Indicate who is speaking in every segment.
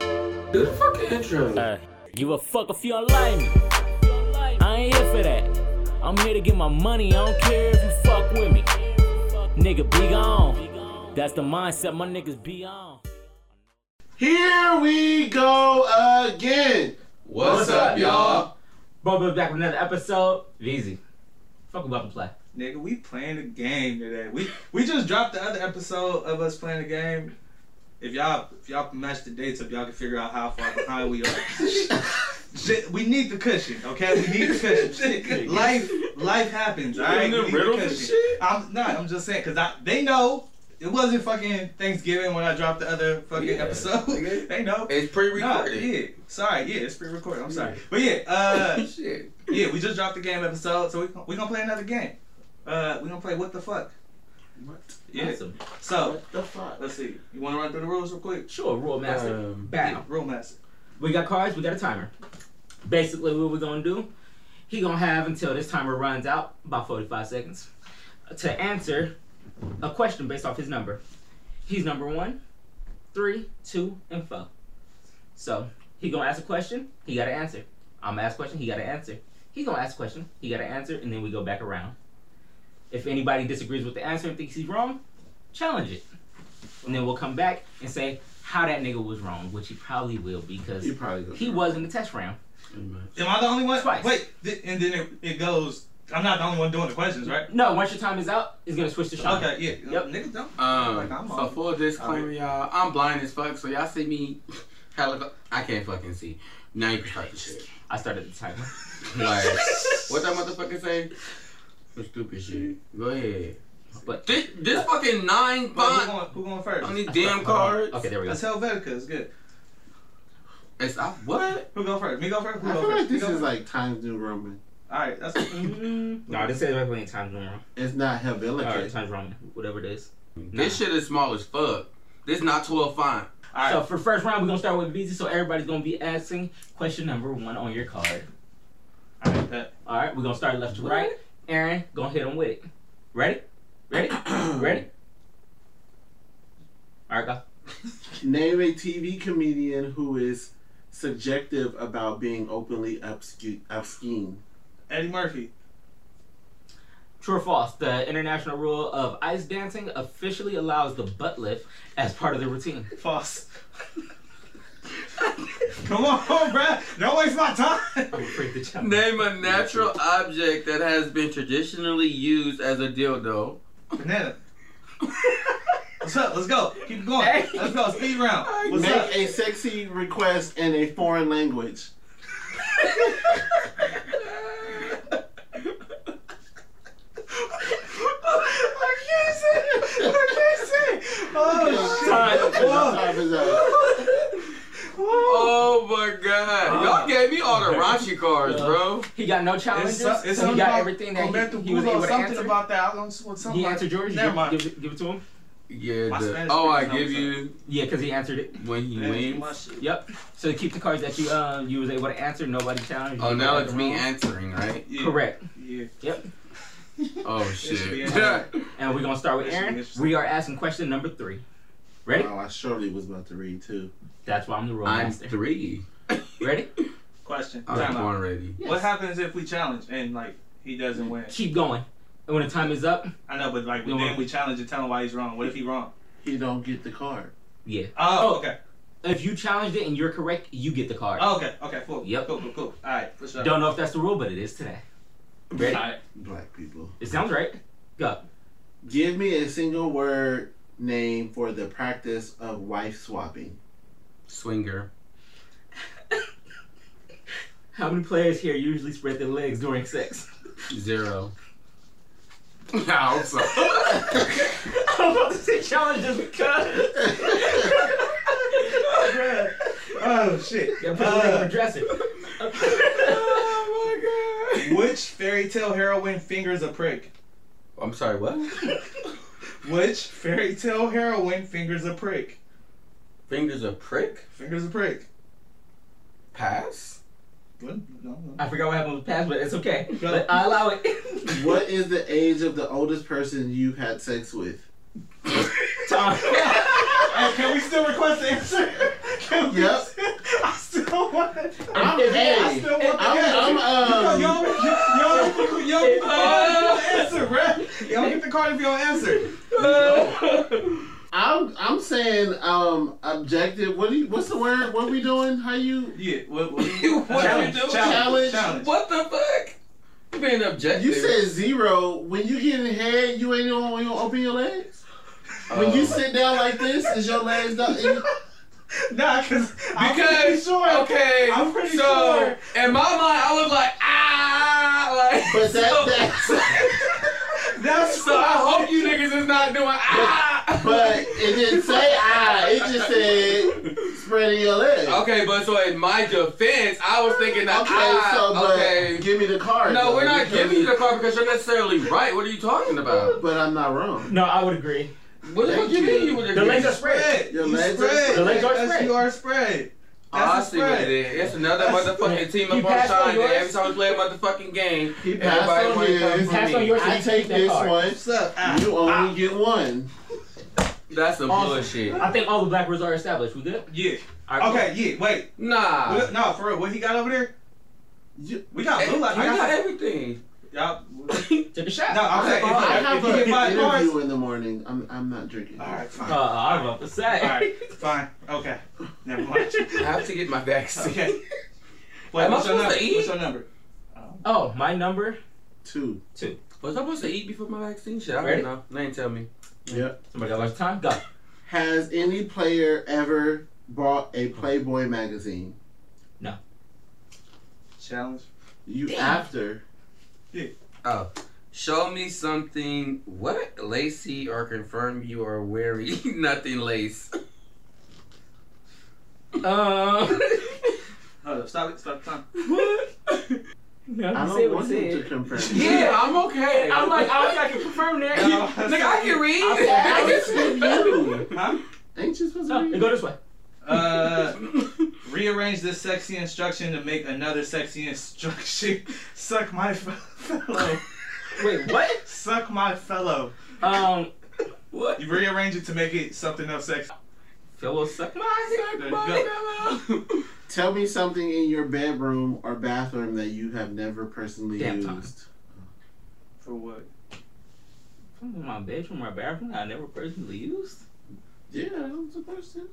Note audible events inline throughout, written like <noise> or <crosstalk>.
Speaker 1: Do the fucking intro.
Speaker 2: Uh, give a fuck if you don't like me. I ain't here for that. I'm here to get my money. I don't care if you fuck with me. Nigga, be gone. That's the mindset my niggas be on.
Speaker 3: Here we go again.
Speaker 1: What's up, y'all?
Speaker 2: Bro, we're back with another episode. Easy. Fuck about to play.
Speaker 4: Nigga, we playing a game today. We we just dropped the other episode of us playing a game. If y'all if y'all can match the dates up, y'all can figure out how far behind
Speaker 1: <laughs>
Speaker 4: we are. Shit, we need the cushion, okay? We need the
Speaker 1: <laughs>
Speaker 4: cushion. Shit, life life happens, alright?
Speaker 1: giving
Speaker 4: We
Speaker 1: them
Speaker 4: need
Speaker 1: riddles and shit?
Speaker 4: I'm not. I'm just saying because I they know it wasn't fucking Thanksgiving when I dropped the other fucking
Speaker 1: Yeah,
Speaker 4: episode.
Speaker 1: nigga.
Speaker 4: <laughs> they know.
Speaker 1: It's
Speaker 4: Nah,
Speaker 1: pre-recorded.
Speaker 4: yeah. Sorry, yeah, it's pre-recorded. I'm sorry, but yeah, uh,
Speaker 1: Shit.
Speaker 4: yeah, we just dropped the game episode, so we we gonna play another game. Uh, we gonna play what the fuck.
Speaker 3: What?
Speaker 4: Yeah.
Speaker 2: Awesome.
Speaker 4: So
Speaker 3: What the fuck?
Speaker 4: let's see. You want to run through the rules real quick?
Speaker 2: Sure, rule master.
Speaker 3: Um,
Speaker 2: Bam.
Speaker 4: Rule master.
Speaker 2: We got cards, we got a timer. Basically, what we're gonna do, he gonna have until this timer runs out, about 45 seconds, to answer a question based off his number. He's number one, three, two, and four. So he gonna ask a question, he gotta answer. I'm gonna ask a question, he gotta answer. He gonna ask a question, he gotta answer, and then we go back around. If anybody disagrees with the answer and thinks he's wrong, challenge it. And then we'll come back and say how that nigga was wrong, which he probably will because
Speaker 3: He probably goes
Speaker 2: he was in the test round.
Speaker 3: pretty much.
Speaker 4: Am I the only one?
Speaker 2: Twice.
Speaker 4: Wait, th- and then it, it goes. I'm not the only one doing the questions, right?
Speaker 2: No, once your time is out, it's gonna switch to Sean.
Speaker 4: Okay, yeah.
Speaker 2: Yep.
Speaker 4: Niggas <laughs> don't.
Speaker 1: Um,
Speaker 4: Like, I'm
Speaker 1: so
Speaker 4: on-
Speaker 1: full disclaimer, y'all. I'm blind as fuck, so y'all see me. <laughs> Hella, I can't fucking see. Now you can start the <laughs> shit.
Speaker 2: I started the timer.
Speaker 1: Like, what that motherfucker say? Some stupid shit. Go ahead.
Speaker 2: But
Speaker 1: This, this fucking nine
Speaker 4: Wait, who,
Speaker 1: font
Speaker 4: going, who going first?
Speaker 1: on these
Speaker 2: <laughs>
Speaker 1: damn cards.
Speaker 2: Okay, there we go.
Speaker 4: That's Helvetica. It's good.
Speaker 1: It's I, what?
Speaker 4: Who go first? Me go first. Who
Speaker 3: I
Speaker 4: go
Speaker 3: feel
Speaker 4: first?
Speaker 3: like
Speaker 4: Me
Speaker 3: this
Speaker 4: go
Speaker 3: is
Speaker 4: first?
Speaker 3: like Times New Roman.
Speaker 4: All right.
Speaker 3: <laughs>
Speaker 4: That's. All
Speaker 2: No, this ain't right time's wrong.
Speaker 3: It's not
Speaker 2: Alright,
Speaker 3: Helvetica.
Speaker 2: time's wrong. Whatever it is.
Speaker 1: This shit is small as fuck. This not 12 font.
Speaker 4: right.
Speaker 2: So for first round, we're gonna start with BZ. So everybody's gonna be asking question number one on your card.
Speaker 4: All right. That.
Speaker 2: All right, we're gonna start left to right. Aaron, gonna hit him with it. Ready? Ready?
Speaker 3: <clears throat>
Speaker 2: Ready? All right, go.
Speaker 3: Name a TV comedian who is subjective about being openly obscu- obscene.
Speaker 4: Eddie Murphy.
Speaker 2: True or false? The international rule of ice dancing officially allows the butt lift as part of the routine.
Speaker 4: False. <laughs> Come on, bruh. Don't waste my
Speaker 2: I'm
Speaker 4: time.
Speaker 2: gonna freak the
Speaker 4: <laughs>
Speaker 2: challenge.
Speaker 1: Name a natural object that has been traditionally used as a dildo.
Speaker 4: <laughs> Banana. What's up? Let's go. Keep it going.
Speaker 2: Hey.
Speaker 4: Let's go. Speed round. What's
Speaker 3: Make
Speaker 4: up?
Speaker 3: a sexy request in a foreign language.
Speaker 4: I can't say it. I can't say it.
Speaker 2: Time.
Speaker 4: Oh, shit.
Speaker 3: Time is up.
Speaker 4: Whoa.
Speaker 1: Oh my
Speaker 4: Uh,
Speaker 1: god. Y'all gave me all the raunchy cards, bro.
Speaker 2: He got no challenges.
Speaker 4: It's, so- it's
Speaker 2: he
Speaker 4: something
Speaker 2: got
Speaker 4: about
Speaker 2: everything that
Speaker 4: Roberto
Speaker 2: he, he was
Speaker 4: Puzo,
Speaker 2: able to
Speaker 4: something
Speaker 2: answer.
Speaker 4: about that. I was on something
Speaker 2: he
Speaker 4: like-
Speaker 2: answered yours.
Speaker 4: Never
Speaker 2: you
Speaker 4: mind.
Speaker 2: Give, it- give it to him.
Speaker 1: Yeah,
Speaker 4: My
Speaker 1: the,
Speaker 4: Spanish
Speaker 1: oh, I
Speaker 4: speaking
Speaker 1: give
Speaker 4: knows
Speaker 1: you
Speaker 2: Yeah, because he answered it.
Speaker 1: when he
Speaker 4: Man, it's my
Speaker 1: leaves.
Speaker 4: shit.
Speaker 2: Yep. So keep the cards that you uh, you was able to answer. Nobody challenged. you.
Speaker 1: Oh, now
Speaker 2: Nobody
Speaker 1: it's me
Speaker 2: wrong.
Speaker 1: answering, right?
Speaker 4: Yeah.
Speaker 2: Correct.
Speaker 4: Yeah.
Speaker 2: Yep.
Speaker 1: Oh
Speaker 4: should be <laughs>
Speaker 1: shit. <laughs>
Speaker 4: interesting.
Speaker 2: And we're gonna start with
Speaker 4: This should be
Speaker 2: Aaron.
Speaker 4: interesting.
Speaker 2: We are asking question number three. Ready?
Speaker 3: Oh, I surely was about to read too.
Speaker 2: That's why I'm the rule
Speaker 1: I'm
Speaker 2: master.
Speaker 1: three.
Speaker 2: Ready?
Speaker 4: Question.
Speaker 1: I'm
Speaker 4: Time out.
Speaker 1: born ready.
Speaker 2: Yes.
Speaker 4: What happens if we challenge and like he doesn't win?
Speaker 2: Keep going. And when the time is up,
Speaker 4: I know, but like
Speaker 2: You
Speaker 4: then
Speaker 2: want-
Speaker 4: we challenge and tell him why he's wrong. What if he wrong?
Speaker 3: He don't get the card.
Speaker 2: yeah.
Speaker 4: Oh,
Speaker 2: Oh.
Speaker 4: okay.
Speaker 2: If you challenged it and you're correct, you get the card.
Speaker 4: Oh, okay. Okay. Cool.
Speaker 2: Yep.
Speaker 4: Cool. Cool. Cool. All right. For sure.
Speaker 2: Don't know if that's the rule, but it is today. Ready?
Speaker 4: <laughs> All right.
Speaker 3: Black people.
Speaker 2: It sounds right. Go.
Speaker 3: Give me a single word name for the practice of wife swapping.
Speaker 1: Swinger.
Speaker 2: How many players here usually spread their legs during sex?
Speaker 4: <laughs>
Speaker 1: Zero. <laughs> I hope so.
Speaker 2: I'm about to say challenge just because.
Speaker 4: <laughs> Oh shit.
Speaker 2: Yeah, put a leg on
Speaker 4: Uh,
Speaker 2: the dresser.
Speaker 1: oh my god.
Speaker 4: Uh, which fairy tale heroine fingers a
Speaker 2: <laughs>
Speaker 4: prick?
Speaker 1: I'm sorry, what?
Speaker 4: Which fairy tale heroine fingers a prick?
Speaker 1: Fingers a prick?
Speaker 4: Fingers a prick. <laughs>
Speaker 1: Pass?
Speaker 4: What? No, no.
Speaker 2: <laughs> I forgot what happened with pass, but it's okay.
Speaker 4: Go.
Speaker 2: But I allow it. <laughs>
Speaker 3: What is the age of the oldest person you've had sex with?
Speaker 2: Time.
Speaker 4: Hey, can we still request the answer? <laughs>
Speaker 3: Yep.
Speaker 4: I still want it.
Speaker 3: I'm
Speaker 2: If- if-
Speaker 3: hey,
Speaker 4: I still want the
Speaker 3: I'm, I'm,
Speaker 4: Yo,
Speaker 3: um,
Speaker 4: y'all, y'all, get the- y'all get the card if you don't answer, bruh. Y'all get the card if you don't answer.
Speaker 3: I'm, I'm saying, um, objective. What do you, what's the word? What are we doing? How you?
Speaker 4: Yeah, what, <laughs> what,
Speaker 1: What are we doing?
Speaker 4: Challenge.
Speaker 3: Challenge.
Speaker 4: challenge.
Speaker 1: What the fuck? You being objective.
Speaker 3: You said zero. When you get in head, you ain't gonna, you gonna open your legs. When
Speaker 1: Uh,
Speaker 3: you sit down like this, is your legs down? and you-
Speaker 4: <laughs> Nah, cause I'm pretty
Speaker 1: Because
Speaker 4: sure.
Speaker 1: okay,
Speaker 4: I'm pretty
Speaker 1: so
Speaker 4: sure.
Speaker 1: in my mind I was like ah,
Speaker 3: <laughs>
Speaker 1: like.
Speaker 3: But
Speaker 1: so,
Speaker 3: that, that's.
Speaker 4: <laughs> That's
Speaker 1: so I hope you niggas is not doing ah.
Speaker 3: But it didn't say I. It just said spreading your legs.
Speaker 1: okay, but so in my defense, I was thinking that
Speaker 3: Okay,
Speaker 1: ah,
Speaker 3: so but
Speaker 1: okay.
Speaker 3: give me the card.
Speaker 1: No,
Speaker 3: though,
Speaker 1: we're not
Speaker 3: because-
Speaker 1: giving you the card because you're necessarily right. What are you talking about?
Speaker 3: But I'm not wrong.
Speaker 2: No, I would agree.
Speaker 1: What the
Speaker 3: Thank
Speaker 1: fuck you
Speaker 3: you.
Speaker 1: mean you would
Speaker 2: The legs are
Speaker 1: agree?
Speaker 2: spread.
Speaker 4: spread.
Speaker 3: Your
Speaker 4: You
Speaker 3: legs are
Speaker 4: spread.
Speaker 3: spread. The
Speaker 2: legs are
Speaker 4: That's-
Speaker 2: spread.
Speaker 4: You are spread.
Speaker 1: Oh, I
Speaker 4: That's a
Speaker 1: see what it
Speaker 4: spread.
Speaker 1: is. It's another
Speaker 4: That's-
Speaker 1: motherfucking team
Speaker 2: You
Speaker 1: up on
Speaker 2: passed on
Speaker 1: Shine.
Speaker 2: yours?
Speaker 1: Every time we play a motherfucking game,
Speaker 3: He passed
Speaker 1: everybody
Speaker 3: on
Speaker 1: wants to
Speaker 3: his. You
Speaker 1: come from
Speaker 2: passed on
Speaker 1: me.
Speaker 2: yours.
Speaker 3: I take this one.
Speaker 4: What's up? Ah.
Speaker 3: You only get one.
Speaker 1: That's some
Speaker 2: Awesome.
Speaker 1: bullshit.
Speaker 2: I think all the black words are established. We good?
Speaker 4: Yeah. Ah.
Speaker 2: All right,
Speaker 4: Okay. Yeah. Wait.
Speaker 1: Nah.
Speaker 4: What, no, for real. What he got over there?
Speaker 3: You-
Speaker 4: We got blue
Speaker 1: I
Speaker 4: light.
Speaker 1: got everything.
Speaker 4: Y'all.
Speaker 2: cool. <laughs> Take a shot.
Speaker 4: No, I'm saying
Speaker 1: I
Speaker 3: I
Speaker 4: if,
Speaker 3: have
Speaker 4: you- if you
Speaker 3: an
Speaker 4: get five cards.
Speaker 3: interview in the morning. I'm, I'm not drinking.
Speaker 4: All right.
Speaker 2: Uh,
Speaker 4: Fine.
Speaker 2: I was about to say.
Speaker 4: All right. Fine. Okay. Never mind.
Speaker 1: I have to get my vaccine.
Speaker 4: Okay. Wait,
Speaker 1: Am I
Speaker 4: what's your
Speaker 1: supposed to
Speaker 4: number?
Speaker 1: eat?
Speaker 4: What's your number?
Speaker 2: <laughs>
Speaker 4: Um,
Speaker 2: Oh, my number.
Speaker 3: Two.
Speaker 1: Was I supposed to eat before my vaccine? Shit, I
Speaker 2: Ready?
Speaker 1: don't know. They ain't tell me.
Speaker 3: Yep.
Speaker 2: Somebody got lots of
Speaker 4: <laughs>
Speaker 2: time. Go.
Speaker 3: Has any player ever bought a Playboy magazine?
Speaker 4: Challenge.
Speaker 3: You
Speaker 2: Damn.
Speaker 3: after?
Speaker 1: Show me something. What lacy or confirm you are wearing <laughs> nothing
Speaker 2: <laughs>
Speaker 1: lace.
Speaker 2: Um.
Speaker 4: Hold up. Stop it. Stop the time.
Speaker 2: <laughs> no,
Speaker 3: I don't
Speaker 2: you said what
Speaker 3: want
Speaker 2: you
Speaker 3: him to
Speaker 2: said.
Speaker 3: confirm.
Speaker 1: yeah, I'm okay.
Speaker 2: I'm
Speaker 1: <laughs>
Speaker 2: like, I was like, confirm that.
Speaker 4: No,
Speaker 2: You-
Speaker 4: that's
Speaker 1: Nigga, I
Speaker 4: not
Speaker 1: can read.
Speaker 2: I said,
Speaker 1: <laughs>
Speaker 2: I was
Speaker 3: with you.
Speaker 4: Huh?
Speaker 3: Ain't you supposed to
Speaker 2: No,
Speaker 3: read?
Speaker 2: it go this way.
Speaker 4: Uh. Rearrange this sexy instruction to make another sexy instruction. <laughs> Suck my fe- fellow.
Speaker 2: Wait, what?
Speaker 4: Suck my fellow.
Speaker 2: Um, what?
Speaker 4: You rearrange it to make it something else sexy.
Speaker 2: Fellow suck my.
Speaker 4: There you go.
Speaker 3: Tell me something in your bedroom or bathroom that you have never personally
Speaker 2: Damn
Speaker 3: used.
Speaker 2: time.
Speaker 4: For what?
Speaker 2: From my bedroom, my bathroom, I never personally used.
Speaker 3: Yeah, that was a question.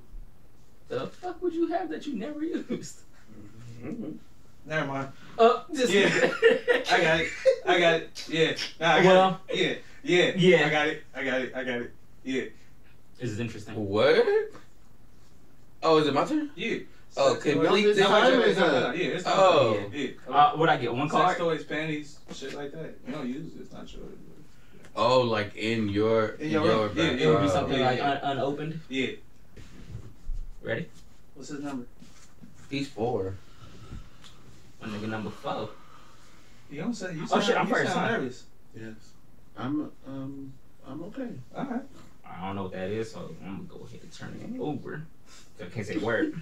Speaker 2: The fuck would you have that you never used?
Speaker 4: Never mind.
Speaker 2: Uh, just <laughs>
Speaker 4: Yeah. I got it. I got it. Yeah. Nah, I got
Speaker 2: Well-
Speaker 4: it. Yeah. Yeah.
Speaker 2: Yeah.
Speaker 4: I got it. I got it. I got it. Yeah.
Speaker 2: This is interesting.
Speaker 1: what? Oh, is it my turn?
Speaker 4: Yeah.
Speaker 1: Oh,
Speaker 4: Sex toys.
Speaker 1: complete
Speaker 3: this
Speaker 4: No, wait,
Speaker 3: time
Speaker 4: wait,
Speaker 3: is
Speaker 4: no, no,
Speaker 3: up.
Speaker 4: no, Yeah. It's not.
Speaker 1: Oh.
Speaker 4: Yeah.
Speaker 2: Uh, would I get one
Speaker 4: Sex
Speaker 2: card?
Speaker 4: toys, panties, shit like that. You don't use it. It's not yours.
Speaker 1: Oh, like in your
Speaker 4: In your room. Yeah,
Speaker 2: It would be
Speaker 1: bathroom.
Speaker 2: something
Speaker 4: Yeah,
Speaker 2: like
Speaker 4: Uh, yeah.
Speaker 2: un- unopened.
Speaker 4: Yeah.
Speaker 2: Ready?
Speaker 4: What's his number?
Speaker 1: He's four.
Speaker 2: My nigga number four.
Speaker 4: You don't say. You
Speaker 2: Oh,
Speaker 4: sound,
Speaker 2: shit, I'm
Speaker 4: you
Speaker 2: first,
Speaker 4: sound
Speaker 2: huh?
Speaker 4: nervous.
Speaker 3: Yes. I'm um I'm okay.
Speaker 4: All right.
Speaker 2: I don't know what that is, so I'm gonna go ahead and turn it over. I can't say a word.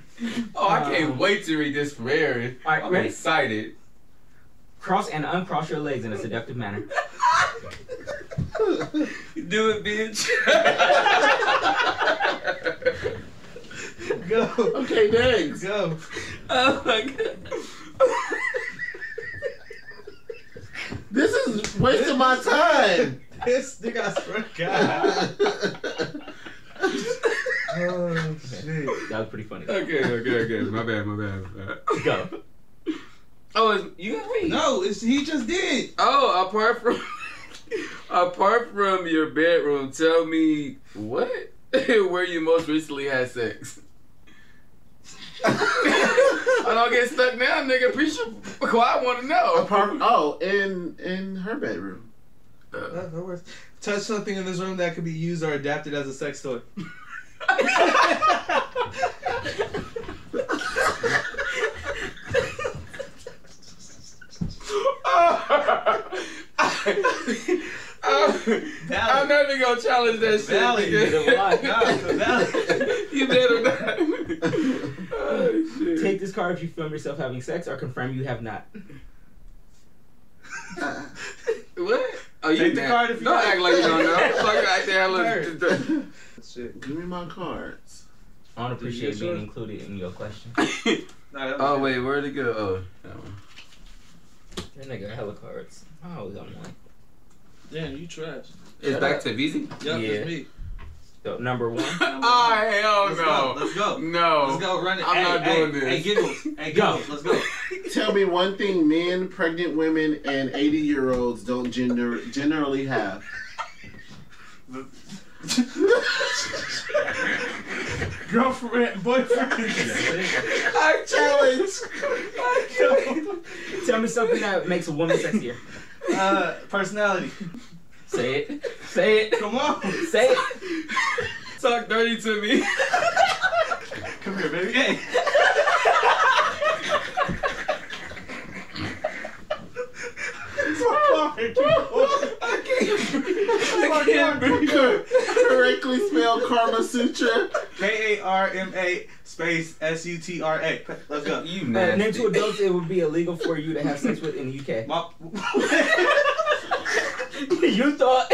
Speaker 1: Oh, I
Speaker 2: Um,
Speaker 1: can't wait to read this rare.
Speaker 2: All right,
Speaker 1: I'm
Speaker 2: ready?
Speaker 1: excited.
Speaker 2: Cross and uncross your legs in a seductive manner.
Speaker 1: Do it, bitch.
Speaker 4: <laughs> Go.
Speaker 3: Okay, thanks.
Speaker 4: Go.
Speaker 1: <laughs> oh my god.
Speaker 3: This is wasting my time.
Speaker 4: <laughs> This nigga, I swear to <laughs> God.
Speaker 3: I
Speaker 4: oh, shit.
Speaker 2: That was pretty
Speaker 4: <laughs>
Speaker 2: funny.
Speaker 1: Okay, okay, okay. My bad, my bad. My bad.
Speaker 2: Go.
Speaker 1: Oh, it's, you got me.
Speaker 4: No, it's, he just <laughs> did.
Speaker 1: Oh, apart from <laughs> apart from your bedroom, tell me what <laughs> where you most recently had sex. I don't get stuck now, nigga. Preacher, I want to know.
Speaker 3: par- oh, in in her bedroom. <laughs>
Speaker 1: Uh,
Speaker 4: That- that works. Touch something in this room that could be used or adapted as a sex toy. <laughs>
Speaker 1: I'm
Speaker 4: Valid.
Speaker 1: never gonna challenge that shit.
Speaker 4: Valid,
Speaker 1: nigga.
Speaker 4: nigga. Why not? Valid.
Speaker 1: you better not. oh, shit.
Speaker 2: Take this card if you film yourself having sex or confirm you have not.
Speaker 1: What? Oh, you
Speaker 4: Take the
Speaker 1: mad.
Speaker 4: card if you
Speaker 1: don't
Speaker 4: want. <laughs>
Speaker 1: act like you don't know. Fuck out there,
Speaker 4: Nerd.
Speaker 1: look.
Speaker 4: Shit.
Speaker 3: Give me my cards.
Speaker 2: I don't appreciate
Speaker 4: Did you get
Speaker 2: being
Speaker 4: yours?
Speaker 2: included in your question.
Speaker 4: Nah, that was
Speaker 1: <laughs> oh
Speaker 4: it.
Speaker 1: wait, where'd it go? Oh, that one.
Speaker 2: That nigga hella cards. I always got one.
Speaker 4: Damn, you trash.
Speaker 1: it's
Speaker 2: Shut
Speaker 1: back
Speaker 2: up.
Speaker 1: to <laughs> VZ.
Speaker 4: Yep,
Speaker 2: Yeah.
Speaker 4: it's me.
Speaker 2: So, number one.
Speaker 4: <laughs>
Speaker 1: oh hell
Speaker 4: Let's
Speaker 1: no!
Speaker 4: go. Let's go.
Speaker 1: No,
Speaker 4: Let's go run it.
Speaker 1: I'm
Speaker 4: hey,
Speaker 1: not
Speaker 4: hey,
Speaker 1: doing this.
Speaker 4: Hey, giggles. Hey,
Speaker 2: Go.
Speaker 4: giggles. Let's go.
Speaker 3: Tell me one thing men, pregnant women, and 80 year olds don't gender- generally have.
Speaker 4: Girlfriend, boyfriend.
Speaker 1: I challenge. I challenge.
Speaker 2: Tell me something that makes a woman sexier.
Speaker 4: uh, personality.
Speaker 2: Say it. Say it.
Speaker 4: Come on.
Speaker 2: Say it.
Speaker 1: Talk dirty to me.
Speaker 4: Come here, baby. Hey.
Speaker 1: I can't. I can't breathe.
Speaker 3: Correctly spelled Karma Sutra.
Speaker 4: K A R M A space S U T R A. Let's go.
Speaker 1: You
Speaker 2: Uh,
Speaker 1: nasty.
Speaker 2: name two adults it would be illegal for you to have sex with in the UK.
Speaker 4: My,
Speaker 2: you thought.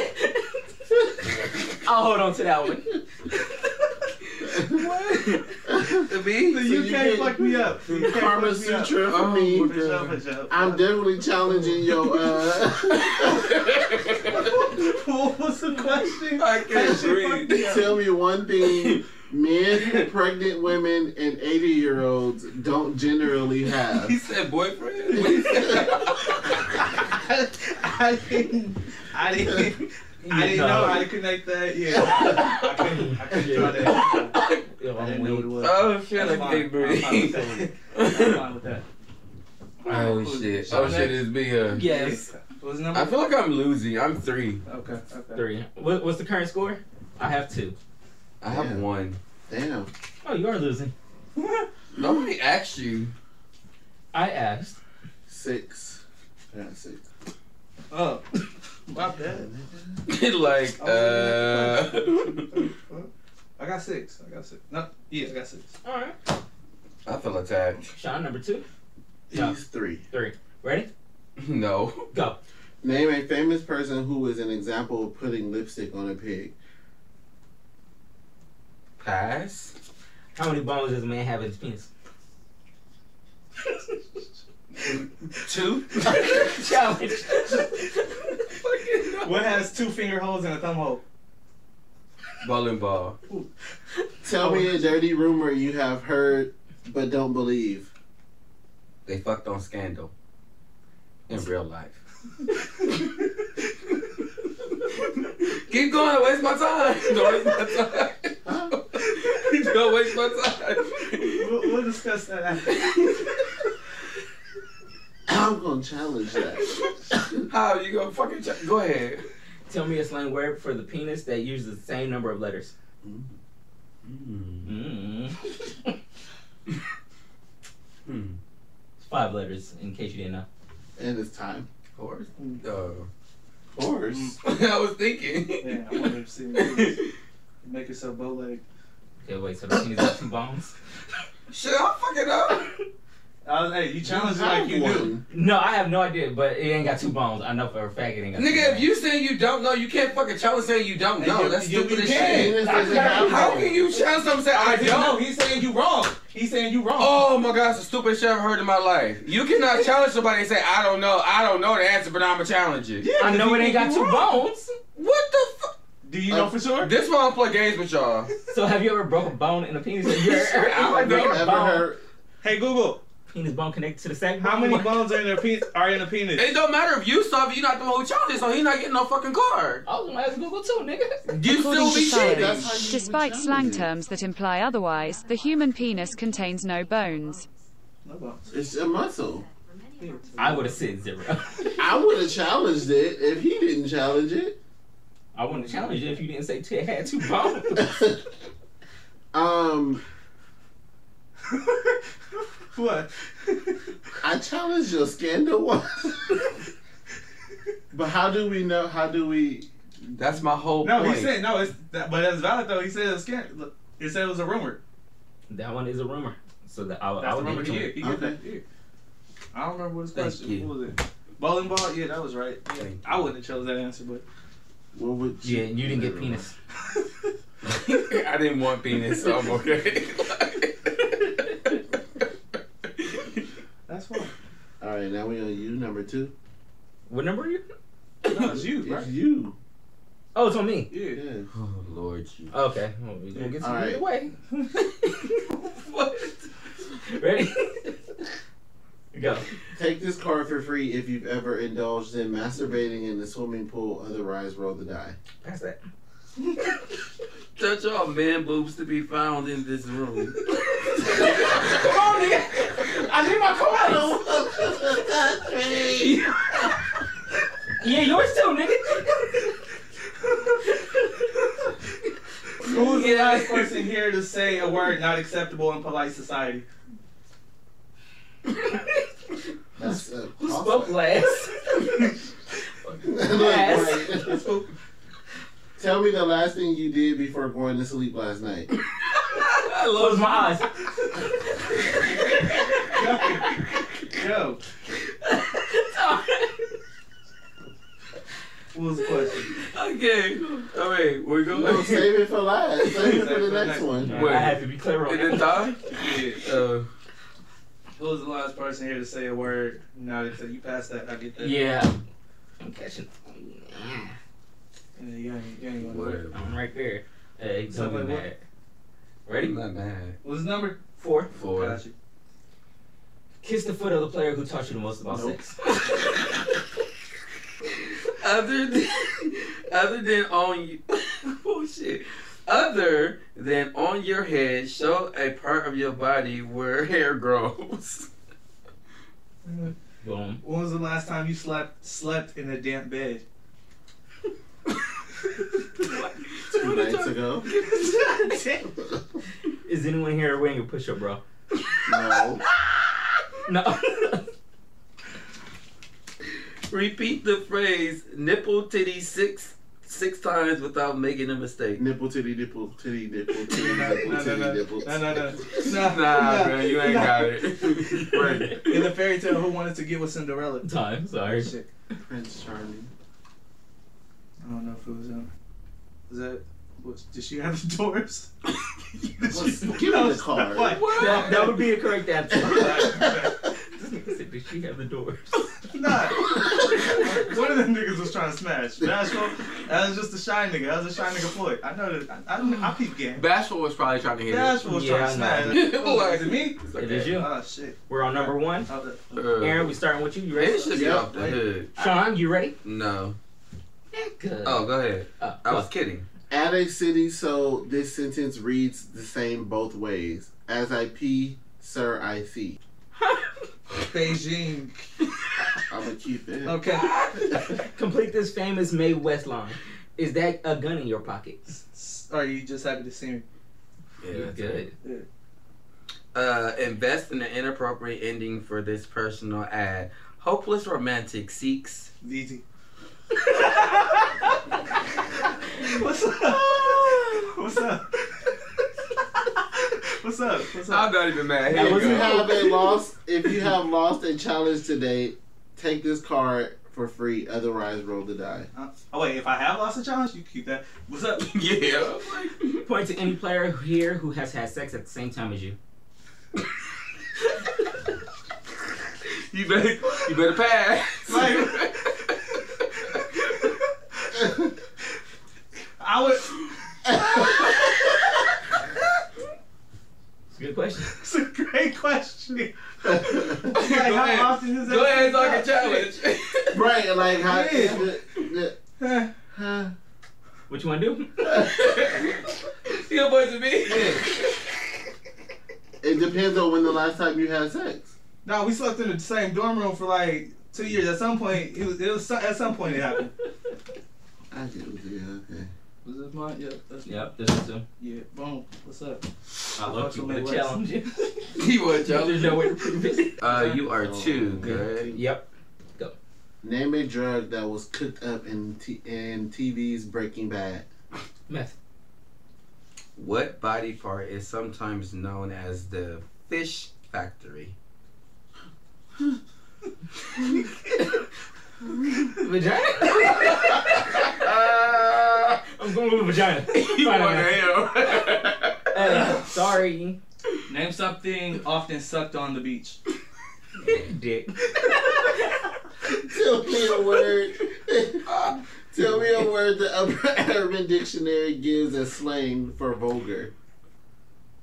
Speaker 2: I'll hold on to that one.
Speaker 1: To me?
Speaker 4: the
Speaker 3: you
Speaker 4: UK
Speaker 3: did.
Speaker 4: fucked me up. The UK
Speaker 3: Karma
Speaker 4: fucked me up.
Speaker 3: Sutra for
Speaker 1: Oh,
Speaker 3: me.
Speaker 4: For sure, for sure.
Speaker 3: I'm definitely challenging your. Uh,
Speaker 4: <laughs> What was the question?
Speaker 1: I can't
Speaker 4: That shit fucked
Speaker 1: breathe.
Speaker 4: me
Speaker 3: <laughs>
Speaker 4: up.
Speaker 3: tell me one thing men, pregnant women, and 80 year olds don't generally have.
Speaker 1: He said boyfriend. What he
Speaker 4: <laughs>
Speaker 1: said?
Speaker 4: I, I didn't. I didn't. I didn't know how to connect that. Yeah, I couldn't. I couldn't draw that.
Speaker 2: Yo,
Speaker 4: I
Speaker 2: I'm
Speaker 4: didn't know what it
Speaker 2: weak.
Speaker 4: was.
Speaker 1: oh shit!
Speaker 4: That's
Speaker 1: I
Speaker 4: fine.
Speaker 1: can't
Speaker 4: I'm fine with
Speaker 1: breathe.
Speaker 4: that.
Speaker 1: <laughs>
Speaker 4: I'm fine with that.
Speaker 1: oh shit! Oh shit! It's me. Uh,
Speaker 2: Yes.
Speaker 4: What was the number?
Speaker 1: I feel like I'm losing. I'm three.
Speaker 4: okay. Okay.
Speaker 2: Three. What, what's the current score? I have two.
Speaker 1: I have
Speaker 3: Yeah.
Speaker 1: one.
Speaker 3: Damn.
Speaker 2: Oh, you are losing.
Speaker 1: Nobody asked you. <laughs>
Speaker 2: I asked.
Speaker 3: Six. I got six.
Speaker 4: <laughs> Oh, my bad.
Speaker 1: like,
Speaker 4: Oh,
Speaker 1: uh.
Speaker 4: I got six. I got six. No, yeah, I got six.
Speaker 2: All right.
Speaker 1: uh, <laughs> I feel attacked.
Speaker 2: Sean, number two. Yeah.
Speaker 3: He's three.
Speaker 2: Ready?
Speaker 1: No.
Speaker 2: Go.
Speaker 3: Name a famous person who is an example of putting lipstick on a pig.
Speaker 1: Pass.
Speaker 2: How many bones does a man have in his <laughs> penis?
Speaker 4: <laughs>
Speaker 1: Two.
Speaker 2: <laughs> Challenge.
Speaker 4: What has two finger holes and a thumb <laughs> hole?
Speaker 1: Ball and ball.
Speaker 3: Tell me a dirty rumor you have heard but don't believe.
Speaker 1: They fucked on Scandal. In real life. Keep going. Waste my time. <laughs> Don't waste my time. <laughs> Don't waste my
Speaker 4: We'll,
Speaker 1: time.
Speaker 4: we'll discuss that <laughs> after.
Speaker 3: I'm gonna challenge that.
Speaker 1: How you gonna fucking ch- go ahead?
Speaker 2: Tell me a slang word for the penis that uses the same number of letters. Mm.
Speaker 1: Hmm.
Speaker 2: Five letters, in case you didn't know.
Speaker 3: And it's time.
Speaker 1: Horse. No.
Speaker 4: Hmm.
Speaker 3: Horse.
Speaker 1: Uh, <laughs> I was thinking.
Speaker 4: Yeah, I wanted to see movies. Make yourself bow legged.
Speaker 2: Okay, wait. So the penis has two bones.
Speaker 1: Shit, I'm fucking up.
Speaker 4: I was, hey, you challenged it like you
Speaker 3: Have
Speaker 4: do.
Speaker 3: one.
Speaker 2: No, I have no idea, but it ain't got two bones. I know for a fact it ain't got. two
Speaker 1: Nigga,
Speaker 2: bones.
Speaker 1: if you say you don't know, you can't fucking challenge saying you don't
Speaker 4: Hey,
Speaker 1: know.
Speaker 4: you-
Speaker 1: That's
Speaker 4: you-
Speaker 1: stupid
Speaker 4: you
Speaker 1: as
Speaker 4: can.
Speaker 1: shit.
Speaker 3: Venus doesn't have
Speaker 1: How
Speaker 3: one.
Speaker 1: can you challenge something say I
Speaker 4: No,
Speaker 1: don't?
Speaker 4: he's saying you wrong. He's saying you wrong.
Speaker 1: Oh my god, it's the stupidest shit I've heard in my life. You
Speaker 4: <laughs>
Speaker 1: cannot challenge somebody and say, I don't know, I don't know the answer, but I'ma challenge it.
Speaker 4: Yeah,
Speaker 2: I know it ain't got two
Speaker 4: bones.
Speaker 2: bones.
Speaker 1: What the fuck?
Speaker 4: Do you know for sure?
Speaker 1: This why I don't play games with y'all.
Speaker 2: So have you ever broke a bone in a penis? Have you
Speaker 4: <laughs>
Speaker 2: ever-
Speaker 1: I don't
Speaker 2: breaking a
Speaker 3: Ever
Speaker 2: bone?
Speaker 3: heard?
Speaker 4: Hey Google,
Speaker 2: Penis bone connected to the sack.
Speaker 4: how
Speaker 2: bone?
Speaker 4: many bones are in a penis? Are in a penis?
Speaker 1: It don't matter if you solve it, you're not the one who challenged it, so he not getting no fucking card.
Speaker 2: I was gonna ask Google too, nigga.
Speaker 1: You
Speaker 5: According
Speaker 1: still
Speaker 5: to
Speaker 1: be cheating.
Speaker 3: That's how you
Speaker 5: science, despite
Speaker 3: would
Speaker 5: slang
Speaker 3: challenge it.
Speaker 5: terms that imply otherwise, the human penis contains no bones.
Speaker 4: No bones.
Speaker 3: It's a muscle.
Speaker 2: I would have said zero. <laughs>
Speaker 3: I would have challenged it if he didn't challenge it. <laughs>
Speaker 2: I wouldn't challenge you if you didn't say t- it had two bones. <laughs>
Speaker 3: um,
Speaker 4: <laughs> what?
Speaker 3: I challenged your scandal one. <laughs> but how do we know? How do we?
Speaker 1: That's my whole
Speaker 4: no,
Speaker 1: point.
Speaker 4: he said no. It's that, but that's valid though. He said it was scary. Look, He said it was a rumor.
Speaker 2: that one is a rumor. So that I, I
Speaker 4: That's the
Speaker 2: would
Speaker 4: rumor
Speaker 2: give it
Speaker 4: he
Speaker 2: to him.
Speaker 4: did. He did
Speaker 3: Okay.
Speaker 4: that. Yeah. I don't remember what his
Speaker 1: Thank
Speaker 4: question.
Speaker 1: you.
Speaker 4: What was it? Bowling ball. Yeah, that was right. Yeah.
Speaker 1: Thank
Speaker 4: I wouldn't have chose that answer, but
Speaker 3: What would?
Speaker 2: Yeah, you didn't get penis.
Speaker 1: <laughs> I didn't want penis, so
Speaker 4: <laughs>
Speaker 1: I'm okay.
Speaker 4: <laughs> That's <laughs> why.
Speaker 3: All right, now we on you number two.
Speaker 2: What number are you?
Speaker 4: No, it's you, bro.
Speaker 3: It's you.
Speaker 2: Oh, it's on me.
Speaker 4: Yeah. <laughs>
Speaker 3: Yeah.
Speaker 1: oh Lord, you.
Speaker 2: Okay. Well, we- We'll get some
Speaker 3: All right.
Speaker 2: right. away. what? <laughs> Ready?
Speaker 4: <laughs>
Speaker 2: Go.
Speaker 3: Take this card for free if you've ever indulged in masturbating in the swimming pool. Otherwise, roll the die.
Speaker 2: Pass that.
Speaker 4: <laughs>
Speaker 1: Touch all man boobs to be found in this room.
Speaker 2: Come on, nigga. I need my card. Yeah, yours too, nigga.
Speaker 4: Who's the last <laughs> person here to say a word not acceptable in polite society?
Speaker 3: That's a
Speaker 2: Who spoke
Speaker 3: <laughs>
Speaker 2: last? last?
Speaker 3: Right. <laughs> Tell me the last thing you did before going to sleep last
Speaker 4: <laughs>
Speaker 3: night.
Speaker 2: I Close my eyes.
Speaker 4: Yo, what was the question?
Speaker 1: okay. All right, we're going.
Speaker 3: No,
Speaker 1: <laughs>
Speaker 3: save it for last. Save it for
Speaker 4: Save it
Speaker 3: the next
Speaker 4: All
Speaker 3: one.
Speaker 4: right.
Speaker 2: I have to be clear on
Speaker 1: Did
Speaker 2: that.
Speaker 1: it die?
Speaker 4: Yeah.
Speaker 1: Uh,
Speaker 4: Who was the last person here to say a word not acceptable? You passed that. I get that.
Speaker 2: Yeah. I'm catching.
Speaker 4: Yeah, you ain't, you ain't gonna
Speaker 1: whatever.
Speaker 2: I'm right there. Hey, don't
Speaker 4: Somebody
Speaker 2: be
Speaker 4: what?
Speaker 2: mad.
Speaker 1: I'm
Speaker 2: Ready?
Speaker 1: not mad.
Speaker 4: What was the number?
Speaker 2: Four.
Speaker 1: For
Speaker 4: Got you.
Speaker 2: Kiss the foot of the player who taught you the most about
Speaker 3: Nope.
Speaker 2: sex.
Speaker 1: other than, other than on you. <laughs> oh shit. Other than on your head, show a part of your body where hair grows.
Speaker 2: Boom.
Speaker 4: <laughs> When was the last time you slept slept in a damp bed?
Speaker 3: Two nights ago.
Speaker 2: Is anyone here wearing a push up, bro?
Speaker 3: <laughs> No.
Speaker 2: No.
Speaker 1: Repeat the phrase "nipple titty" six six times without making a mistake.
Speaker 3: Nipple titty nipple titty nipple titty
Speaker 4: <laughs> No, no,
Speaker 3: nipple
Speaker 4: no,
Speaker 3: titty
Speaker 4: no,
Speaker 3: nipple.
Speaker 4: no, no,
Speaker 3: <laughs>
Speaker 4: no.
Speaker 1: Nah, bro,
Speaker 2: <laughs>
Speaker 1: you ain't
Speaker 4: nah.
Speaker 1: got it. right.
Speaker 4: In the fairy tale, who wanted to get with Cinderella?
Speaker 2: Time, sorry.
Speaker 4: Shit.
Speaker 3: Prince Charming.
Speaker 4: I don't know if it was him. Was that? Was, did she have the doors? <laughs>
Speaker 3: What's- give me the card.
Speaker 4: What?
Speaker 2: That, that would be a correct <laughs> answer.
Speaker 4: Nah.
Speaker 2: This nigga said, Did she have the doors?
Speaker 4: <laughs> Nah. <laughs> One of them niggas was trying to smash. Bashful. That was just a shy nigga. That was a shy nigga ploy. I know that. I, I don't. I peep game.
Speaker 1: Bashful was probably trying to hit
Speaker 4: Bashful was
Speaker 2: Yeah,
Speaker 4: trying to
Speaker 2: I
Speaker 4: smash.
Speaker 1: know.
Speaker 4: <laughs> Was it me?
Speaker 1: it.
Speaker 2: It is you.
Speaker 4: Oh shit.
Speaker 2: We're on number one.
Speaker 4: How the-
Speaker 1: Uh,
Speaker 2: Aaron, we starting with you. You ready?
Speaker 1: it should be
Speaker 3: Yeah.
Speaker 1: off the hood.
Speaker 2: Sean, you ready?
Speaker 1: No.
Speaker 2: Nigga.
Speaker 1: Oh, go ahead.
Speaker 2: Uh,
Speaker 1: I was kidding.
Speaker 3: At a city, so this sentence reads the same both ways. As I pee, sir, I see.
Speaker 4: Beijing.
Speaker 3: I'm gonna keep it.
Speaker 4: <laughs> Okay.
Speaker 2: <laughs> Complete this famous Mae West line. Is that a gun in your pocket?
Speaker 4: Are you just happy to see me?
Speaker 1: Yeah, that's
Speaker 2: good.
Speaker 1: Uh, invest in an inappropriate ending for this personal ad. Hopeless romantic seeks.
Speaker 4: <laughs> DT. What's up? What's up? What's up? What's up?
Speaker 1: not even mad.
Speaker 2: Here
Speaker 3: If
Speaker 2: you
Speaker 3: you
Speaker 2: go.
Speaker 3: have a lost, if you have lost a challenge today, take this card for free. Otherwise, roll the die. <laughs>
Speaker 4: Uh, oh wait, if I have lost a challenge, you keep that. What's up?
Speaker 1: yeah.
Speaker 2: Point to any player here who has had sex at the same time as you.
Speaker 1: You better, you better pass.
Speaker 4: <laughs> Like-
Speaker 1: <laughs>
Speaker 4: I would.
Speaker 2: It's a good question.
Speaker 4: It's a great question. Like,
Speaker 1: Go
Speaker 4: how
Speaker 1: ahead.
Speaker 4: often is that?
Speaker 1: Go ahead, it's like a challenge.
Speaker 3: right? Like how?
Speaker 4: Yeah.
Speaker 3: the- the-
Speaker 4: Huh.
Speaker 3: huh?
Speaker 2: What you want to
Speaker 1: <laughs>
Speaker 2: do?
Speaker 1: you a bunch of me.
Speaker 3: It depends on when the last time you had sex.
Speaker 4: No, we slept in the same dorm room for like two years. At some point, it was. It was at some point
Speaker 1: <laughs>
Speaker 4: it happened.
Speaker 3: I get what you okay.
Speaker 4: Was this mine? Yep.
Speaker 2: <laughs>
Speaker 4: That's
Speaker 2: Yep, this is him.
Speaker 4: Yeah. Boom. What's up?
Speaker 1: <laughs>
Speaker 2: I love you.
Speaker 4: Mae
Speaker 2: The
Speaker 4: West.
Speaker 2: challenge.
Speaker 1: He was
Speaker 2: There's no way to prove it.
Speaker 1: Uh, you are too
Speaker 3: Oh.
Speaker 1: good.
Speaker 2: Yep.
Speaker 3: Name a drug that was cooked up in t- in TV's Breaking Bad.
Speaker 2: Meth.
Speaker 1: What body part is sometimes known as the fish factory?
Speaker 2: Vagina?
Speaker 1: Uh,
Speaker 2: <laughs> I'm going with vagina.
Speaker 1: <laughs> You
Speaker 2: Fine,
Speaker 1: going to
Speaker 2: man.
Speaker 1: hell.
Speaker 2: Hey, sorry.
Speaker 4: Name something often sucked on
Speaker 1: <laughs>
Speaker 4: the beach.
Speaker 2: Dick.
Speaker 3: Tell me a word. Tell me a word the Upper Urban Dictionary gives as slang for vulgar.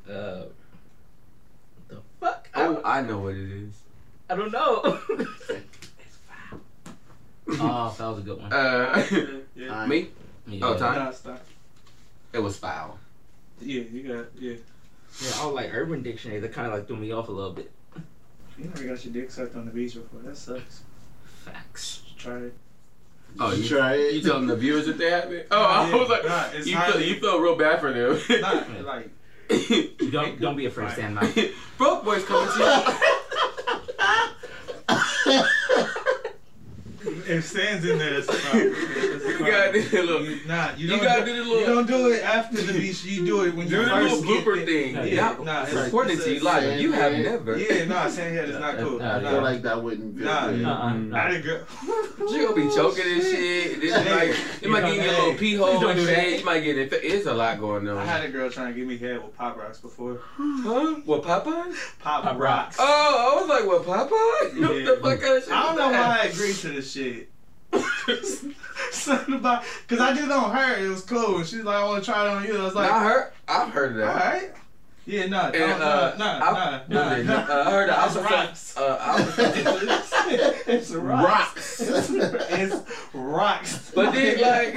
Speaker 2: Uh, the fuck? I
Speaker 1: <laughs> Oh,
Speaker 2: don't,
Speaker 1: I know what it is.
Speaker 2: I don't know. <laughs> oh, that was a good one.
Speaker 1: Uh,
Speaker 4: yeah.
Speaker 3: Fine.
Speaker 1: <laughs> me?
Speaker 2: Yeah.
Speaker 1: Oh, time.
Speaker 4: Nah, stop.
Speaker 1: It was foul.
Speaker 4: Yeah, you got yeah.
Speaker 2: Yeah, I was like Urban Dictionary. That kind of like threw me off a little bit.
Speaker 4: You never got your dick sucked on the beach before. That sucks.
Speaker 2: Facts.
Speaker 4: Try it.
Speaker 1: Oh,
Speaker 3: you
Speaker 1: you,
Speaker 3: try it.
Speaker 1: you
Speaker 3: <laughs>
Speaker 1: telling the viewers that they have it? Oh, I
Speaker 4: Yeah,
Speaker 1: was like,
Speaker 4: nah, it's
Speaker 1: you,
Speaker 4: highly-
Speaker 1: feel, you feel real bad for them.
Speaker 4: Not like
Speaker 2: Don't don't be afraid to stand my.
Speaker 1: <laughs> Broke boys coming to
Speaker 4: <laughs> if sand's in there, that's a problem. That's
Speaker 1: <laughs>
Speaker 4: a
Speaker 1: you. You
Speaker 4: problem.
Speaker 1: gotta do the little,
Speaker 4: You- Nah, you,
Speaker 1: you
Speaker 4: don't
Speaker 1: gotta do
Speaker 4: do,
Speaker 1: the
Speaker 4: you
Speaker 1: little,
Speaker 4: don't do it after the beach. You do it when
Speaker 1: do
Speaker 4: you
Speaker 1: the little
Speaker 4: first get
Speaker 1: blooper
Speaker 4: there.
Speaker 1: thing.
Speaker 2: Yeah,
Speaker 1: Yeah,
Speaker 4: nah,
Speaker 1: it's
Speaker 4: it's-
Speaker 1: important
Speaker 4: it's
Speaker 1: to you,
Speaker 4: a-
Speaker 1: like you have
Speaker 3: yeah.
Speaker 1: never.
Speaker 4: Yeah, nah, sand head is not
Speaker 2: Uh,
Speaker 4: cool.
Speaker 2: uh,
Speaker 3: I
Speaker 4: Nah.
Speaker 3: feel like that wouldn't feel
Speaker 4: Nah.
Speaker 3: good.
Speaker 2: Uh-uh, no.
Speaker 4: Not a girl.
Speaker 1: She gonna be choking and shit. This is like, it
Speaker 2: You
Speaker 1: might
Speaker 2: don't-
Speaker 1: get you a
Speaker 4: hey,
Speaker 1: little pee hole
Speaker 2: don't
Speaker 1: and
Speaker 2: do that.
Speaker 1: shit. You might get it. It's a lot going
Speaker 4: I
Speaker 1: on.
Speaker 4: had a girl trying to give me head with pop rocks before.
Speaker 1: Huh? What Popeyes?
Speaker 4: Pop,
Speaker 2: Pop rocks.
Speaker 4: rocks.
Speaker 1: Oh, I was like, what Popeyes? <laughs> What the
Speaker 4: Yeah.
Speaker 1: fuck kind of shit?
Speaker 4: I don't
Speaker 1: is
Speaker 4: know
Speaker 1: that?
Speaker 4: why I
Speaker 1: <laughs>
Speaker 4: agreed to this shit. <laughs> Something about because I did it on her. It was cool. And she's like, "I want to try it on you." I was like,
Speaker 1: Nah, I heard. I've heard of
Speaker 4: "All
Speaker 1: that.
Speaker 4: right." Yeah, nah,
Speaker 1: And,
Speaker 4: don't-
Speaker 1: uh,
Speaker 4: nah, nah,
Speaker 1: I-
Speaker 4: nah,
Speaker 1: dude,
Speaker 4: nah,
Speaker 1: uh, I heard I
Speaker 4: It's
Speaker 1: was-
Speaker 4: rocks.
Speaker 1: Uh, I was-
Speaker 4: <laughs> it's rocks.
Speaker 3: Rocks.
Speaker 4: it's rocks.
Speaker 1: but then
Speaker 4: <laughs>
Speaker 1: like,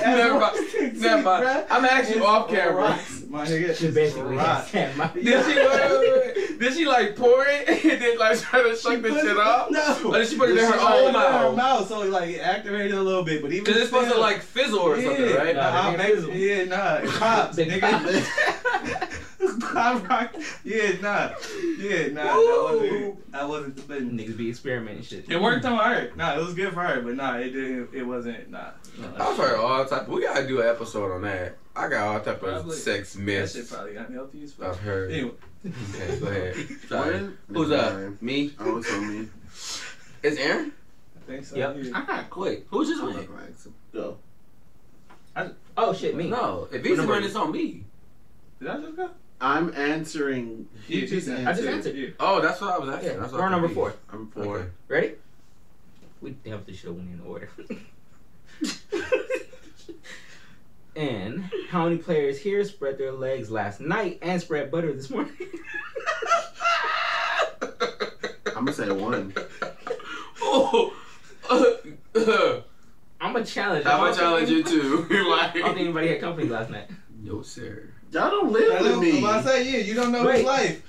Speaker 1: never mind. Never mind. I'm actually off camera.
Speaker 4: Rocks, my nigga.
Speaker 2: She
Speaker 4: it's
Speaker 2: basically had
Speaker 4: rocks.
Speaker 2: stand <laughs> my.
Speaker 1: <laughs> Did she? Wait,
Speaker 4: <laughs>
Speaker 1: wait, wait. Did she like pour it <laughs> and then like try to shake the
Speaker 4: But-
Speaker 1: shit off?
Speaker 4: No.
Speaker 1: Or did she put it in
Speaker 4: She
Speaker 1: her
Speaker 4: put it
Speaker 1: own
Speaker 4: in her
Speaker 1: mouth?
Speaker 4: mouth, so like it activated a little bit, but even
Speaker 1: Cause it's supposed to
Speaker 4: still-
Speaker 1: like fizzle or something, right?
Speaker 2: Nah,
Speaker 4: Nah,
Speaker 2: it
Speaker 4: nah,
Speaker 2: ain't fizzle.
Speaker 4: yeah, nah, it pops,
Speaker 2: Big
Speaker 4: nigga. <laughs> Pop rock. Yeah, nah, yeah, nah. That wasn't, that wasn't the button.
Speaker 2: Niggas be experimenting shit.
Speaker 4: It worked on her. Nah, it was good for her, but nah, it didn't. It wasn't. Nah.
Speaker 1: I've heard all type. We gotta do an episode on that. I got all type of
Speaker 4: Probably.
Speaker 1: sex
Speaker 4: That
Speaker 1: myths.
Speaker 4: shit probably got healthy as
Speaker 1: I've
Speaker 4: fuck.
Speaker 1: heard.
Speaker 4: Anyway,
Speaker 1: Oh, Okay, go ahead. Sorry.
Speaker 3: Where?
Speaker 1: Who's
Speaker 3: Never
Speaker 1: up?
Speaker 3: mind.
Speaker 1: Me?
Speaker 3: Oh, it's on me.
Speaker 1: It's Aaron.
Speaker 4: <laughs> I think so.
Speaker 2: Yep.
Speaker 4: Yeah.
Speaker 1: I got quick. Who's this
Speaker 3: I'm
Speaker 1: one?
Speaker 3: not lying, so Go.
Speaker 2: Oh shit, me.
Speaker 1: No, if he's the
Speaker 2: number
Speaker 1: one,
Speaker 2: is
Speaker 1: it's on me.
Speaker 4: Did I just go?
Speaker 3: I'm answering. He
Speaker 4: Yeah,
Speaker 3: just
Speaker 4: he's- I
Speaker 3: answered.
Speaker 2: I just answered.
Speaker 4: Yeah.
Speaker 1: Oh, that's what I was asking.
Speaker 2: Yeah,
Speaker 1: That's what I
Speaker 2: we're
Speaker 1: was
Speaker 2: number
Speaker 1: thinking.
Speaker 2: four.
Speaker 3: I'm four.
Speaker 1: Four.
Speaker 2: Ready? We definitely should have went in order. <laughs> and how many players here spread their legs last night and spread butter this morning? <laughs>
Speaker 3: I'm gonna say one.
Speaker 1: oh, <laughs>
Speaker 2: I'm a challenge.
Speaker 1: I'm
Speaker 2: I
Speaker 1: gonna
Speaker 2: don't
Speaker 1: challenge you
Speaker 2: think-
Speaker 1: too.
Speaker 2: I don't think
Speaker 1: <laughs> like,
Speaker 2: anybody had company last night.
Speaker 1: no sir.
Speaker 3: Y'all don't live with me.
Speaker 4: I say, yeah, you don't know his
Speaker 2: Wait.
Speaker 4: life.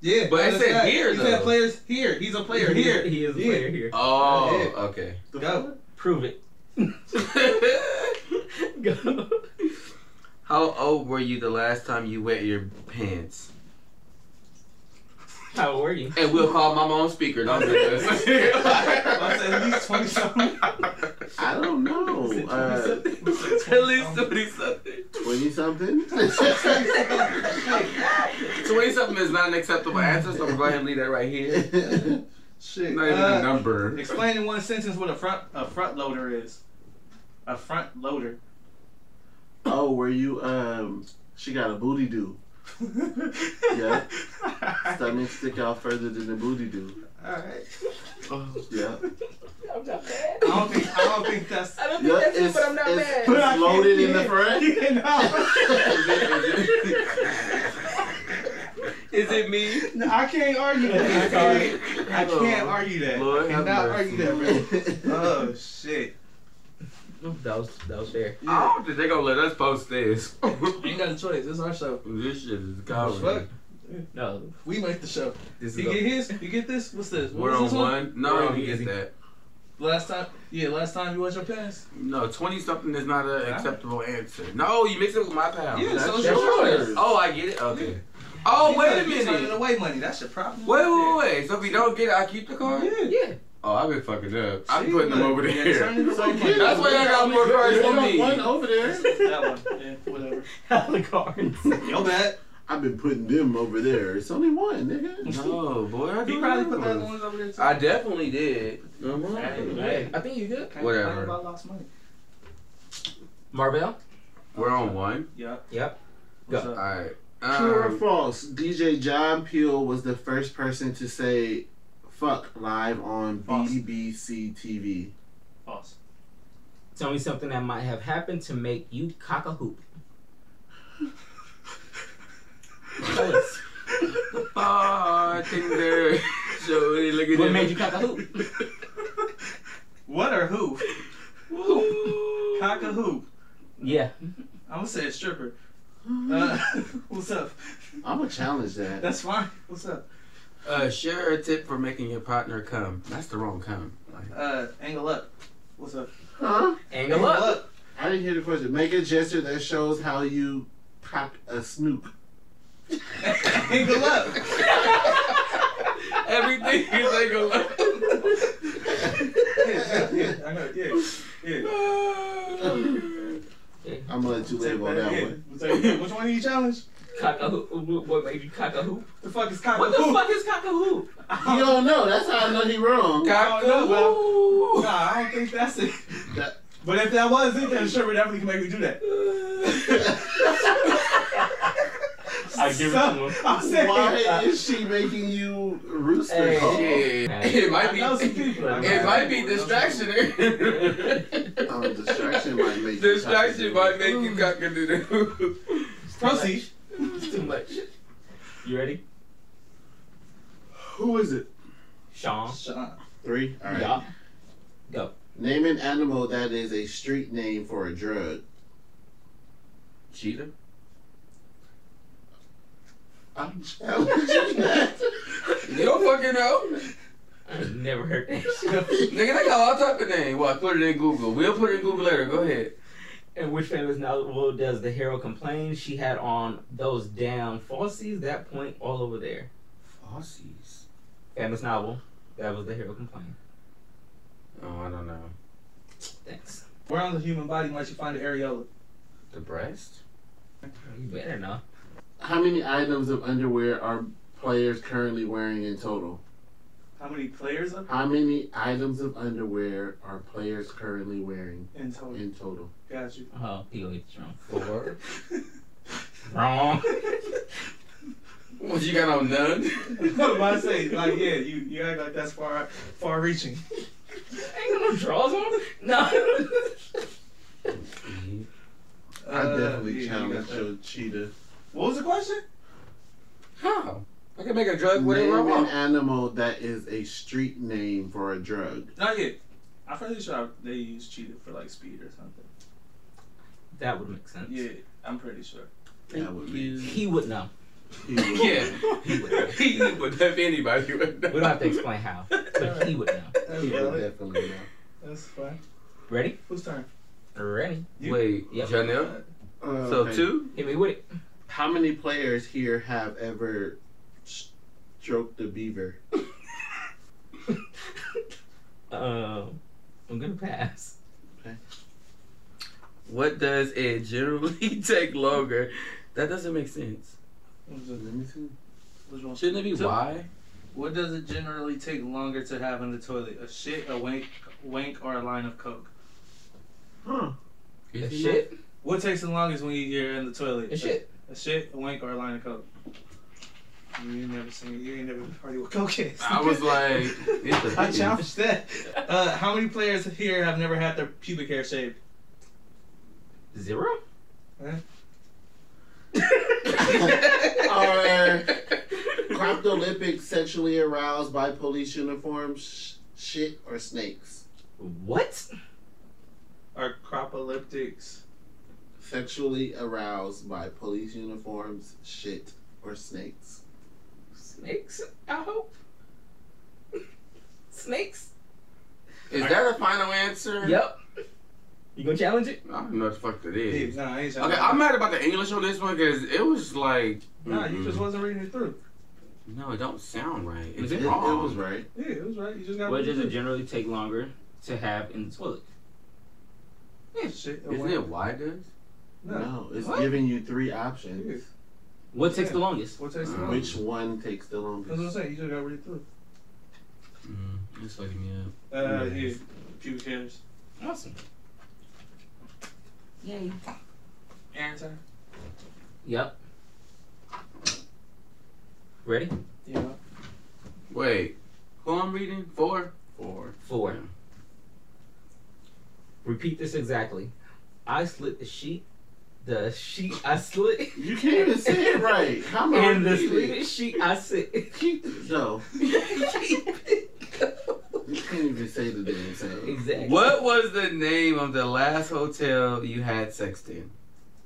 Speaker 4: Yeah,
Speaker 1: But it
Speaker 4: that's
Speaker 1: said
Speaker 4: that.
Speaker 1: here,
Speaker 4: He said
Speaker 1: though.
Speaker 4: players here. He's
Speaker 1: <laughs>
Speaker 4: a player here.
Speaker 2: <laughs> he is a
Speaker 4: Yeah.
Speaker 2: player here.
Speaker 1: Oh,
Speaker 4: Yeah.
Speaker 1: okay.
Speaker 3: The
Speaker 4: Go.
Speaker 2: Prove it. <laughs> Go.
Speaker 1: <laughs> How old were you the last time you wet your pants?
Speaker 2: How were you?
Speaker 1: And we'll call mama on speaker. Don't do this.
Speaker 4: <laughs> I said at least 20 something.
Speaker 3: fuck? I don't know.
Speaker 1: <laughs>
Speaker 4: Is it
Speaker 3: Uh,
Speaker 4: 20 something?
Speaker 1: At least twenty something.
Speaker 3: Twenty something. <laughs>
Speaker 1: Twenty something is not an acceptable answer, so I'm going to leave that right here.
Speaker 4: <laughs> Shit.
Speaker 1: Not even
Speaker 4: Uh,
Speaker 1: a number.
Speaker 4: Explain in one sentence what a front a front loader is. A front
Speaker 1: <laughs>
Speaker 4: loader.
Speaker 3: oh, were you? Um, she got a booty do.
Speaker 4: yeah.
Speaker 3: Stomach stick out further than the booty do.
Speaker 4: Alright.
Speaker 1: Oh.
Speaker 3: <laughs> Yeah.
Speaker 2: I'm not bad.
Speaker 4: I don't think I don't think <laughs> that's
Speaker 2: I don't
Speaker 3: Yeah,
Speaker 2: think
Speaker 3: it's-
Speaker 2: that's it, but I'm not
Speaker 3: it's-
Speaker 2: bad.
Speaker 3: But
Speaker 2: <laughs>
Speaker 3: I loaded in the
Speaker 4: <laughs>
Speaker 3: front?
Speaker 4: Yeah, no.
Speaker 1: <laughs>
Speaker 4: <laughs>
Speaker 1: Is it me? Oh.
Speaker 4: No, I can't argue that. I can't, I can't argue that.
Speaker 1: Lord
Speaker 4: I
Speaker 1: have
Speaker 4: cannot
Speaker 1: mercy.
Speaker 4: argue that, bro.
Speaker 3: Uh,
Speaker 1: <laughs>
Speaker 4: Oh shit.
Speaker 2: That was that was fair.
Speaker 1: I don't think they're gonna let us post this.
Speaker 4: ain't got a choice. It's our show.
Speaker 1: <laughs> this shit is
Speaker 4: Fuck.
Speaker 1: comedy.
Speaker 2: No.
Speaker 4: We make the show.
Speaker 1: This
Speaker 4: You
Speaker 1: is
Speaker 4: get
Speaker 1: a,
Speaker 4: his? You get this? What's this? What
Speaker 1: we're
Speaker 4: was
Speaker 1: on
Speaker 4: this
Speaker 1: one. No,
Speaker 2: We're
Speaker 1: I
Speaker 2: on
Speaker 1: didn't
Speaker 2: easy.
Speaker 1: get that.
Speaker 4: Last time, yeah, last time you washed your pants.
Speaker 1: No, twenty something is not an acceptable answer. No, you mix it with my pal.
Speaker 4: Yeah,
Speaker 3: That's
Speaker 4: so it's
Speaker 3: yours.
Speaker 4: yours.
Speaker 1: Oh, I get it. Okay. Oh,
Speaker 4: You
Speaker 1: wait
Speaker 4: turn-
Speaker 1: a
Speaker 4: you turning
Speaker 1: minute.
Speaker 4: away money. That's your problem.
Speaker 1: Wait, wait, wait. So if we don't get it, I keep the card.
Speaker 4: Yeah.
Speaker 2: Yeah.
Speaker 1: Oh, I've been fucking up. I'm
Speaker 4: See,
Speaker 1: putting them
Speaker 4: look,
Speaker 1: over
Speaker 4: yeah,
Speaker 1: there.
Speaker 4: turning away money.
Speaker 1: That's why I got more cards
Speaker 3: There's
Speaker 1: than
Speaker 3: not
Speaker 1: me.
Speaker 3: One over there.
Speaker 4: that one. Yeah, whatever.
Speaker 2: Hella <laughs> cards.
Speaker 4: Yo, bad.
Speaker 3: I've been putting them over there. It's only one, nigga.
Speaker 1: <laughs> <laughs> No, boy. I
Speaker 4: He
Speaker 1: do
Speaker 4: probably
Speaker 1: remember.
Speaker 4: put the other ones over there too.
Speaker 1: I definitely did.
Speaker 2: Hey, hey, I think you good.
Speaker 4: Can't complain
Speaker 1: whatever.
Speaker 4: about lost money.
Speaker 2: Marvell?
Speaker 1: We're on one.
Speaker 4: Yep.
Speaker 2: Yep.
Speaker 4: What's
Speaker 2: Go.
Speaker 4: up?
Speaker 1: Alright.
Speaker 3: True or
Speaker 1: Um,
Speaker 3: false? DJ John Peel was the first person to say "fuck" live on
Speaker 4: False.
Speaker 3: BBC TV.
Speaker 4: False.
Speaker 2: Tell me something that might have happened to make you cock a hoop. Choice.
Speaker 1: oh, I think they're <laughs> so they looking
Speaker 2: What
Speaker 1: at
Speaker 2: made you cock a hoop?
Speaker 4: <laughs> What or who?
Speaker 1: Ooh.
Speaker 4: Cock a hoop.
Speaker 2: <laughs> yeah.
Speaker 4: I'm gonna say a stripper. Uh, <laughs> what's up?
Speaker 3: I'm gonna challenge that.
Speaker 4: That's fine. What's up?
Speaker 1: Uh, share a tip for making your partner come. That's the wrong come.
Speaker 4: <laughs>
Speaker 1: Like,
Speaker 4: Uh, angle up. What's up?
Speaker 3: huh?
Speaker 2: Angle up.
Speaker 3: I didn't hear the question. Make a gesture that shows how you cock a snoop.
Speaker 2: <laughs>
Speaker 4: angle up. <laughs>
Speaker 1: Everything is like a
Speaker 2: <laughs>
Speaker 4: yeah, yeah, I know. Yeah, yeah.
Speaker 3: I'm gonna let you label on that
Speaker 4: yeah.
Speaker 3: one.
Speaker 4: yeah. Which one do you challenge?
Speaker 2: Cock a hoop. What made you cock a hoop?
Speaker 4: The fuck is cock
Speaker 2: What
Speaker 4: a
Speaker 2: the
Speaker 4: hoop? <laughs>
Speaker 2: fuck is cock a hoop?
Speaker 3: You don't know. That's how I know he wrong.
Speaker 1: Cock
Speaker 4: I don't know,
Speaker 1: a-
Speaker 4: Nah, I don't think that's it.
Speaker 3: That-
Speaker 4: But if that was it, then sure, we definitely can make me do that.
Speaker 2: <laughs> I give it to him.
Speaker 4: I'm saying, uh,
Speaker 3: Why is she making you rooster
Speaker 2: Hey,
Speaker 3: call?
Speaker 1: Shit. It might
Speaker 4: I
Speaker 1: be.
Speaker 4: know some people.
Speaker 1: It might be distractionary.
Speaker 3: Oh, distraction might make you
Speaker 1: <laughs> Distraction
Speaker 3: cock a
Speaker 1: might make you cock-a-doodle.
Speaker 4: Proceed.
Speaker 2: It's too much. You ready?
Speaker 3: Who is it?
Speaker 2: Sean.
Speaker 4: Sean.
Speaker 3: Three. All right.
Speaker 2: Yeah.
Speaker 3: Name an animal that is a street name for a drug.
Speaker 1: Cheetah.
Speaker 3: I'm challenging that.
Speaker 1: You don't fucking know.
Speaker 2: I never heard <laughs> that shit.
Speaker 1: Nigga, they got all type of names. Well, put it in Google. We'll put it in Google later. Go ahead.
Speaker 2: And which famous novel does the hero complain she had on those damn falsies? That point all over there.
Speaker 3: Aussies.
Speaker 2: Famous novel. That was the hero complaint.
Speaker 1: Oh, I don't know.
Speaker 2: Thanks.
Speaker 4: Where on the human body might you find an areola?
Speaker 1: The breast?
Speaker 2: You better know.
Speaker 3: <laughs> How many items of underwear are players currently wearing in total?
Speaker 4: How many players up
Speaker 3: How many items of underwear are players currently wearing
Speaker 4: in total?
Speaker 3: in total?
Speaker 4: Got you. <laughs>
Speaker 2: Oh, he gonna get you wrong.
Speaker 1: Four.
Speaker 2: Wrong. <laughs>
Speaker 1: What you got on
Speaker 4: <laughs>
Speaker 1: none?
Speaker 4: what am I saying? Like, yeah, you, you act like that's far far reaching.
Speaker 2: Ain't got no drawers on. No. <laughs>
Speaker 3: I definitely
Speaker 4: Uh, yeah, you got
Speaker 3: challenge
Speaker 4: that.
Speaker 3: your cheetah.
Speaker 4: What was the question?
Speaker 1: How? I can make a drug whatever I
Speaker 3: Name an
Speaker 1: want.
Speaker 3: animal that is a street name for a drug.
Speaker 4: Not yet. I'm pretty sure they use cheetah for like speed or something.
Speaker 2: that would make sense.
Speaker 4: Yeah, I'm
Speaker 2: <laughs>
Speaker 4: pretty sure.
Speaker 3: That would be.
Speaker 2: He would know.
Speaker 3: he would-
Speaker 1: <laughs> Yeah.
Speaker 2: He would know.
Speaker 1: He would have anybody. We
Speaker 2: We don't have to explain how, but he would know.
Speaker 4: That's
Speaker 3: He would
Speaker 4: valid.
Speaker 3: definitely know.
Speaker 4: That's fine.
Speaker 2: Ready?
Speaker 4: Whose turn?
Speaker 2: Ready.
Speaker 4: You-
Speaker 1: Wait,
Speaker 2: Yep.
Speaker 1: Janelle?
Speaker 3: Uh,
Speaker 1: So
Speaker 3: okay.
Speaker 1: two?
Speaker 2: Hit me with it.
Speaker 3: How many players here have ever stroked a beaver?
Speaker 2: Um, I'm gonna pass.
Speaker 1: What does it generally <laughs> take longer? That doesn't make sense.
Speaker 4: Who's
Speaker 3: Let
Speaker 4: the-
Speaker 3: me see.
Speaker 4: who's wrong?
Speaker 1: Shouldn't it be
Speaker 4: Two.
Speaker 1: why?
Speaker 4: What does it generally take longer to have in the toilet? A shit, a wank, wank, or a line of coke?
Speaker 3: Huh.
Speaker 2: A shit.
Speaker 4: What takes the longest when you're in the toilet?
Speaker 2: A shit.
Speaker 4: A shit, a wank, or a line of coke? You ain't never seen. You ain't never party with cokeheads.
Speaker 1: I was
Speaker 4: <laughs>
Speaker 1: like, it's a
Speaker 4: I challenged that. Uh, how many players here have never had their pubic hair shaved?
Speaker 2: Zero. <laughs> <laughs>
Speaker 3: Are cryptolympic sexually aroused by police uniforms, sh- shit, or snakes?
Speaker 2: What?
Speaker 4: Are cropolyptics?
Speaker 3: Sexually aroused by police uniforms, shit, or snakes?
Speaker 2: Snakes? I hope. Snakes?
Speaker 1: Is that a final answer?
Speaker 2: Yep. You gonna challenge it?
Speaker 1: I don't know what the fuck that
Speaker 4: Yeah,
Speaker 1: is.
Speaker 4: no, I ain't
Speaker 1: Okay, I'm mad about the English on this one because it was like.
Speaker 4: Nah, you just
Speaker 1: mm-mm.
Speaker 4: wasn't reading it through.
Speaker 1: No, it don't sound right. It's
Speaker 3: it, it
Speaker 1: wrong.
Speaker 3: was right.
Speaker 4: Yeah, it was right. You just got.
Speaker 2: What does it generally take longer to have in the toilet?
Speaker 4: Shit, a
Speaker 1: Isn't
Speaker 4: wank.
Speaker 1: it why does?
Speaker 4: No.
Speaker 3: No, it's
Speaker 4: What?
Speaker 3: giving you three options.
Speaker 2: What takes the longest?
Speaker 4: What takes the
Speaker 1: Uh,
Speaker 4: longest?
Speaker 3: Which one takes the
Speaker 4: That's what I'm
Speaker 3: longest?
Speaker 4: saying. You just got to read it through.
Speaker 1: Mm,
Speaker 2: Mm-hmm.
Speaker 1: it's fucking me up.
Speaker 4: Uh,
Speaker 1: Yeah.
Speaker 4: yeah, pubic hairs.
Speaker 2: Awesome. Yay.
Speaker 4: Aaron Turner.
Speaker 2: Yep. Ready?
Speaker 4: Yeah.
Speaker 1: Wait, who I'm reading? Four? Four.
Speaker 2: Four. Repeat this exactly. I slit the sheet. The sheet I slit.
Speaker 3: You can't even say it right. How am I
Speaker 2: And the
Speaker 3: reading it?
Speaker 2: sleep sheet I <laughs> sit.
Speaker 3: Keep <laughs> no. You can't even say the damn thing.
Speaker 2: exactly.
Speaker 1: What was the name of the last hotel you had sex in?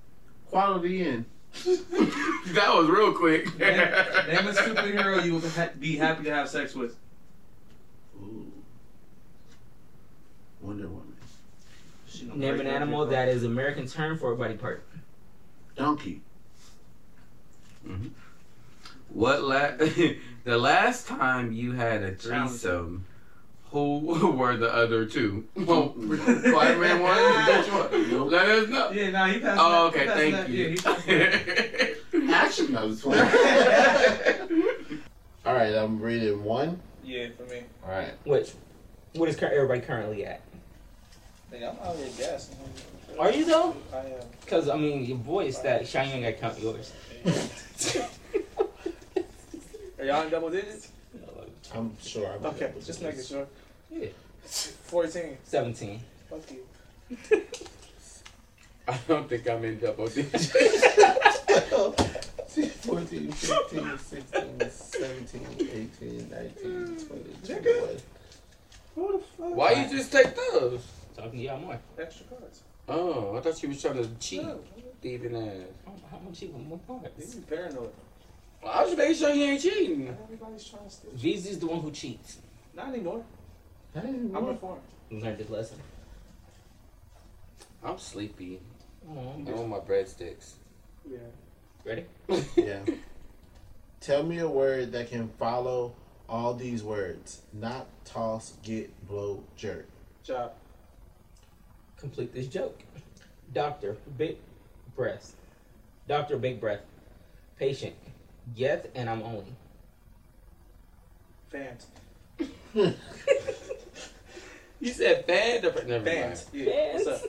Speaker 1: <laughs>
Speaker 3: Quality in.
Speaker 1: that was real quick.
Speaker 4: Name, name a superhero you would ha- be happy to have sex with.
Speaker 3: Ooh. Wonder Woman.
Speaker 4: She gonna
Speaker 2: Name
Speaker 4: break
Speaker 2: an
Speaker 4: your
Speaker 2: animal
Speaker 4: people.
Speaker 2: that is American term for a body part.
Speaker 3: Donkey.
Speaker 1: <laughs> What la- <laughs> the last time you had a threesome? Who <laughs> were the other
Speaker 4: <laughs>
Speaker 1: two? Well, Spider Man one. Which one? Let us know.
Speaker 4: Yeah, nah, he passed.
Speaker 1: Oh,
Speaker 4: that.
Speaker 1: okay.
Speaker 4: He
Speaker 1: Thank
Speaker 4: passed that. Yeah,
Speaker 1: you.
Speaker 4: he passed that.
Speaker 3: Action. I was <laughs> All right, I'm reading one.
Speaker 4: yeah, for me.
Speaker 3: All right.
Speaker 2: Which, what is cur- everybody currently at?
Speaker 4: Nigga, I'm out here gassing.
Speaker 2: Are you though?
Speaker 4: I am.
Speaker 2: Cause I mean your voice that shiny ain't gotta count yours.
Speaker 4: Are y'all in double digits?
Speaker 3: I'm sure. I'm
Speaker 4: Okay, just making sure.
Speaker 2: Yeah.
Speaker 4: 14.
Speaker 2: Seventeen.
Speaker 4: Fuck you.
Speaker 1: <laughs> I don't think I'm in double digits.
Speaker 3: <laughs> 14, 15, 16, 17, 18, 19, 20, 21.
Speaker 4: Who the fuck?
Speaker 1: Why you just take those?
Speaker 2: Talking to y'all more.
Speaker 4: Extra cards.
Speaker 1: Oh, I thought you was trying to cheat,
Speaker 4: No,
Speaker 1: thieving ass.
Speaker 2: How, how much you want more parts?
Speaker 4: this is paranoid.
Speaker 1: Well, I was making sure he ain't cheating.
Speaker 4: Everybody's trying to steal.
Speaker 2: Jeezy's the one who cheats.
Speaker 4: Not anymore. I'm
Speaker 3: I'm
Speaker 4: reformed.
Speaker 2: You learned this lesson.
Speaker 1: I'm sleepy.
Speaker 2: Aw.
Speaker 1: I want my breadsticks. <laughs>
Speaker 4: Yeah.
Speaker 2: Ready?
Speaker 3: yeah. Tell me a word that can follow all these words. Not toss, get, blow, jerk.
Speaker 4: Job.
Speaker 2: Complete this joke. Doctor, big breath. Doctor, big breath. Patient, yes, and I'm only.
Speaker 4: Fans.
Speaker 1: <laughs> You said bad. Never mind.
Speaker 4: Fans. Yeah. What's up?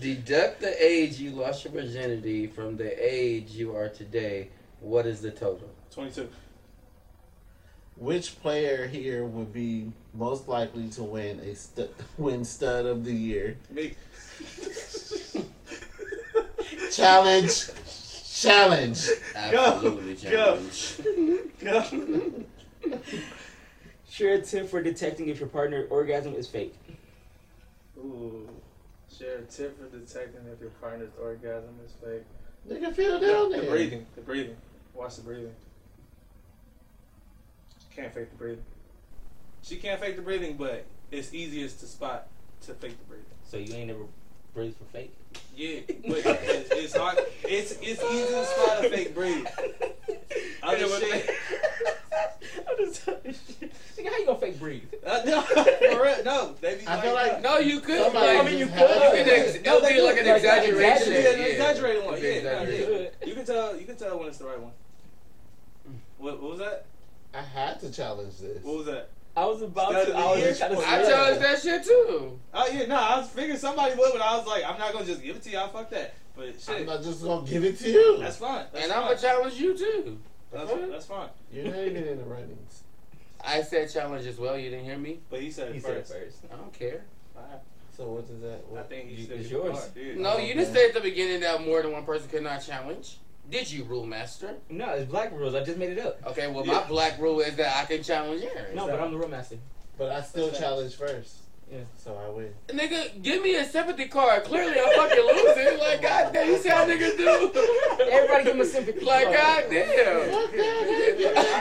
Speaker 1: Deduct the age you lost your virginity from the age you are today. What is the total?
Speaker 4: 22.
Speaker 3: Which player here would be most likely to win a stu- <laughs> win stud of the year?
Speaker 1: <laughs>
Speaker 4: Me.
Speaker 3: Challenge. Challenge.
Speaker 1: Absolutely,
Speaker 4: go.
Speaker 1: challenge.
Speaker 4: Go.
Speaker 1: <laughs>
Speaker 2: Sure tip for detecting if your partner orgasm is fake.
Speaker 4: Ooh. Share a tip for detecting if your partner's orgasm is fake.
Speaker 3: Nigga, feel down
Speaker 4: The
Speaker 3: there.
Speaker 4: breathing. The breathing. Watch the breathing. She can't fake the breathing. She can't fake the breathing, but it's easiest to spot to fake the breathing.
Speaker 2: So you ain't never breathed for fake.
Speaker 4: Yeah,
Speaker 3: <laughs>
Speaker 4: but it's, it's hard. It's it's easy to spot a fake
Speaker 3: <laughs>
Speaker 4: breathe. Other shit.
Speaker 2: <laughs> I'm just talking shit. Nigga, how you gonna fake breathe?
Speaker 4: Uh, no, for real, no. They be
Speaker 3: I feel like
Speaker 1: No, you could.
Speaker 3: Somebody
Speaker 1: like,
Speaker 3: I mean, you
Speaker 1: you
Speaker 3: could.
Speaker 1: could ex-
Speaker 4: No,
Speaker 1: it'll
Speaker 4: they
Speaker 1: be like
Speaker 2: could,
Speaker 1: an
Speaker 2: like,
Speaker 1: exaggeration.
Speaker 2: exaggerate.
Speaker 4: Yeah, an exaggerated one.
Speaker 1: It'd be
Speaker 4: Yeah, no,
Speaker 1: exaggerated.
Speaker 4: yeah. You can tell. You can tell when it's the right one. What, what was that?
Speaker 3: I had to challenge this.
Speaker 4: What was that?
Speaker 2: I was about
Speaker 4: That's
Speaker 2: to. I was
Speaker 4: the
Speaker 2: just trying to.
Speaker 4: issue.
Speaker 1: I
Speaker 2: say
Speaker 1: chose that shit too.
Speaker 4: Oh yeah, no. I was figuring somebody would, but I was like, I'm not gonna just give it to y'all. Fuck that. But
Speaker 3: I'm
Speaker 4: shit,
Speaker 3: not just gonna give it to you.
Speaker 4: that's fine. That's
Speaker 1: And
Speaker 4: fine.
Speaker 1: I'm gonna challenge you too.
Speaker 4: That's, that's fine.
Speaker 3: You're not even in the runnings.
Speaker 1: I said challenge as well. You didn't hear me.
Speaker 4: But he said it
Speaker 2: He said it
Speaker 4: first.
Speaker 2: first.
Speaker 1: I don't care.
Speaker 3: So what does that?
Speaker 4: I
Speaker 3: What,
Speaker 4: think he
Speaker 2: You-
Speaker 4: said
Speaker 2: it's
Speaker 4: it
Speaker 2: yours.
Speaker 4: first, dude. <laughs>
Speaker 1: No, you just
Speaker 3: man.
Speaker 1: said at the beginning that more than one person could not challenge. Did you, rule master?
Speaker 2: No, it's black rules. I just made it up.
Speaker 1: Okay, well,
Speaker 4: Yeah.
Speaker 1: my black rule is that I can challenge Aaron.
Speaker 2: No, but I'm the rule master.
Speaker 3: but I still
Speaker 4: That's
Speaker 3: challenge first.
Speaker 2: Yeah.
Speaker 3: So I win.
Speaker 1: Nigga, give me a sympathy card. Clearly, I'm fucking losing. Like, goddamn, you see how niggas do?
Speaker 2: Everybody give him a <laughs> sympathy.
Speaker 1: <laughs> Like,
Speaker 2: card.
Speaker 1: goddamn.
Speaker 3: Fuck
Speaker 1: <laughs>
Speaker 3: that,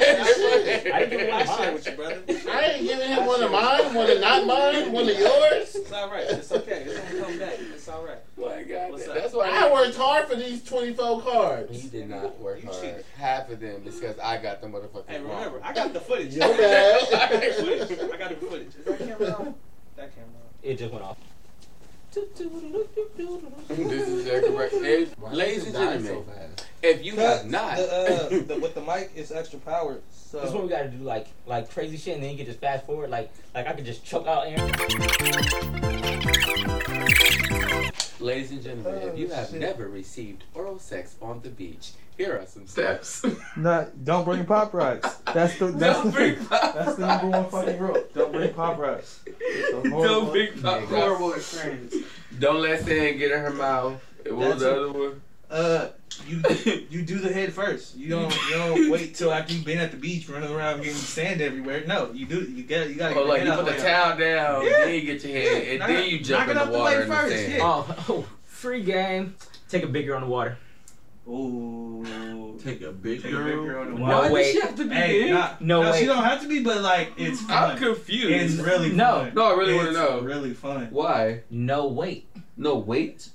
Speaker 1: Everybody-
Speaker 2: I didn't give him my
Speaker 4: I share
Speaker 2: shit.
Speaker 4: with you, brother.
Speaker 3: nigga. I ain't giving him one of mine, one of not mine, one of yours.
Speaker 4: It's all right. It's okay. It's gonna come back. It's all right.
Speaker 1: Like, goddamn.
Speaker 4: What's up?
Speaker 1: That's why
Speaker 3: I worked hard for these 24
Speaker 1: You
Speaker 3: cards.
Speaker 1: did not work
Speaker 4: You
Speaker 1: hard.
Speaker 4: cheated.
Speaker 1: Half of them is because I got the motherfucking
Speaker 4: Hey,
Speaker 1: wrong.
Speaker 4: remember, I got the footage.
Speaker 3: Your
Speaker 4: <laughs> I got the
Speaker 3: bad.
Speaker 4: footage. I got the footage. Is that camera on? That camera on.
Speaker 2: It just went off.
Speaker 1: <laughs> this is their
Speaker 2: <laughs>
Speaker 1: correct. If-
Speaker 3: Why
Speaker 1: Ladies and
Speaker 3: does it die so
Speaker 1: gentlemen,
Speaker 3: fast?
Speaker 1: if you have not, <laughs>
Speaker 4: with the mic, it's extra powered. So
Speaker 2: That's when we gotta do like like crazy shit, and then you can just fast forward. Like like I could just choke out Aaron.
Speaker 6: Ladies and gentlemen,
Speaker 4: Oh,
Speaker 6: if you have
Speaker 4: shit.
Speaker 6: never received oral sex on the beach, here are some steps.
Speaker 1: Steps. <laughs>
Speaker 7: Not, don't bring pop rocks. That's the that's
Speaker 1: Don't
Speaker 7: the
Speaker 1: <laughs> bring pop
Speaker 7: that's the number one
Speaker 1: rocks.
Speaker 7: fucking rule. Don't bring pop rocks. a horrible-
Speaker 1: Don't bring pop rocks.
Speaker 4: Horrible experience.
Speaker 1: Don't let sand get in her mouth. What was
Speaker 4: That's
Speaker 1: the
Speaker 4: it.
Speaker 1: other one?
Speaker 4: Uh, you <coughs> you do the head first. You don't
Speaker 2: <laughs>
Speaker 4: you don't wait till after you've been at the beach running around getting sand everywhere. No, you do. You got you got to
Speaker 1: Oh,
Speaker 4: get
Speaker 1: like
Speaker 4: the
Speaker 1: you
Speaker 4: head
Speaker 1: put the
Speaker 4: out.
Speaker 1: towel down,
Speaker 4: Yeah.
Speaker 1: then you get your head, and
Speaker 4: Knock
Speaker 1: then
Speaker 4: it-
Speaker 1: you jump
Speaker 4: knock
Speaker 1: in
Speaker 4: it
Speaker 1: the
Speaker 4: off the
Speaker 1: water
Speaker 4: way
Speaker 1: and the
Speaker 4: first,
Speaker 1: sand.
Speaker 4: yeah.
Speaker 2: Oh, <laughs> oh, free game. Take a big girl in the water.
Speaker 4: Ooh.
Speaker 3: Take a big
Speaker 4: Take a
Speaker 3: girl.
Speaker 4: big girl in the
Speaker 2: No
Speaker 1: Why
Speaker 4: water.
Speaker 1: does
Speaker 2: way.
Speaker 1: she have to be
Speaker 4: Hey,
Speaker 1: big?
Speaker 4: nah,
Speaker 2: No
Speaker 4: no,
Speaker 2: way.
Speaker 4: she don't have to be, but like it's
Speaker 1: I'm
Speaker 4: fun.
Speaker 1: confused.
Speaker 4: It's really
Speaker 2: No.
Speaker 4: fun.
Speaker 1: no, I really want to
Speaker 4: It's
Speaker 1: know
Speaker 4: Really fun.
Speaker 1: why.
Speaker 2: No wait.
Speaker 1: No weight.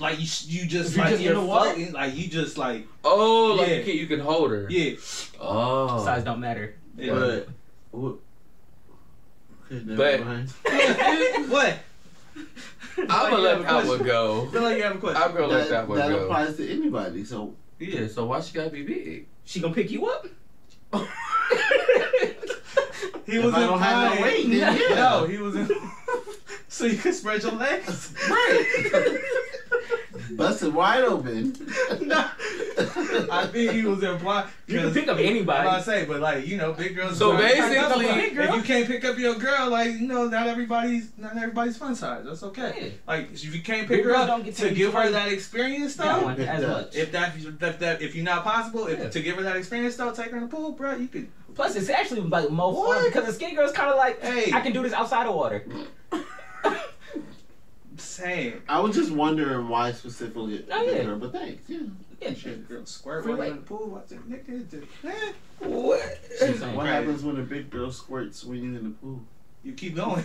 Speaker 4: Like you, sh- you just
Speaker 2: If you're
Speaker 4: like
Speaker 2: just in
Speaker 4: you're
Speaker 2: the water?
Speaker 4: floating. Like you just like
Speaker 1: Oh, like
Speaker 4: Yeah.
Speaker 1: you, can, you can hold her.
Speaker 4: yeah.
Speaker 1: Oh,
Speaker 2: Size don't
Speaker 4: <laughs>
Speaker 2: matter.
Speaker 4: yeah.
Speaker 3: But what? Okay, never
Speaker 1: But-
Speaker 3: mind.
Speaker 4: what?
Speaker 1: I'm gonna
Speaker 4: you
Speaker 1: let
Speaker 4: have a
Speaker 1: that one
Speaker 4: question.
Speaker 1: go.
Speaker 4: Feel like you have a question.
Speaker 1: I'm gonna let that
Speaker 3: that,
Speaker 1: one
Speaker 3: that
Speaker 1: go.
Speaker 3: applies to anybody. So
Speaker 1: Yeah. So why she gotta be big?
Speaker 2: She gonna pick you
Speaker 4: <laughs>
Speaker 2: up?
Speaker 4: He
Speaker 3: if
Speaker 4: was
Speaker 3: I don't have
Speaker 4: implying-
Speaker 3: no weight, then yeah.
Speaker 4: <laughs> No, he was in. <laughs> so you could spread your legs.
Speaker 3: Right. Busted wide open.
Speaker 4: no. <laughs> I think he was implying.
Speaker 2: You can pick up anybody.
Speaker 4: I say, but like you know, big girls.
Speaker 1: So
Speaker 4: are-
Speaker 1: basically-
Speaker 4: if you can't pick up your girl, like you know, not everybody's not everybody's fun size. That's okay. Like if you can't pick
Speaker 2: Big
Speaker 4: her
Speaker 2: girls
Speaker 4: up
Speaker 2: don't get to
Speaker 4: to give her
Speaker 2: enjoy-
Speaker 4: that experience
Speaker 2: That
Speaker 4: though.
Speaker 2: one as much.
Speaker 4: If that, if that if you're not possible, if
Speaker 2: Yeah.
Speaker 4: to give her that experience though, take her in the pool, bro. You could.
Speaker 2: Plus, it's actually like more fun
Speaker 4: What?
Speaker 2: because the skinny girl's kind of like,
Speaker 4: Hey.
Speaker 2: I can do this outside of
Speaker 4: <laughs>
Speaker 2: water.
Speaker 4: I'm saying,
Speaker 3: I was just wondering why specifically
Speaker 2: Oh,
Speaker 3: the
Speaker 2: yeah.
Speaker 3: girl, but thanks. Yeah.
Speaker 2: Yeah,
Speaker 4: shit, girl, squirt
Speaker 2: Free
Speaker 4: while
Speaker 2: weight.
Speaker 4: you're in the pool. What's it, nigga? Eh,
Speaker 1: What?
Speaker 2: she's saying.
Speaker 3: What
Speaker 4: Right.
Speaker 3: happens when a big girl squirts when you're in the pool?
Speaker 4: You
Speaker 1: <laughs>
Speaker 4: keep going.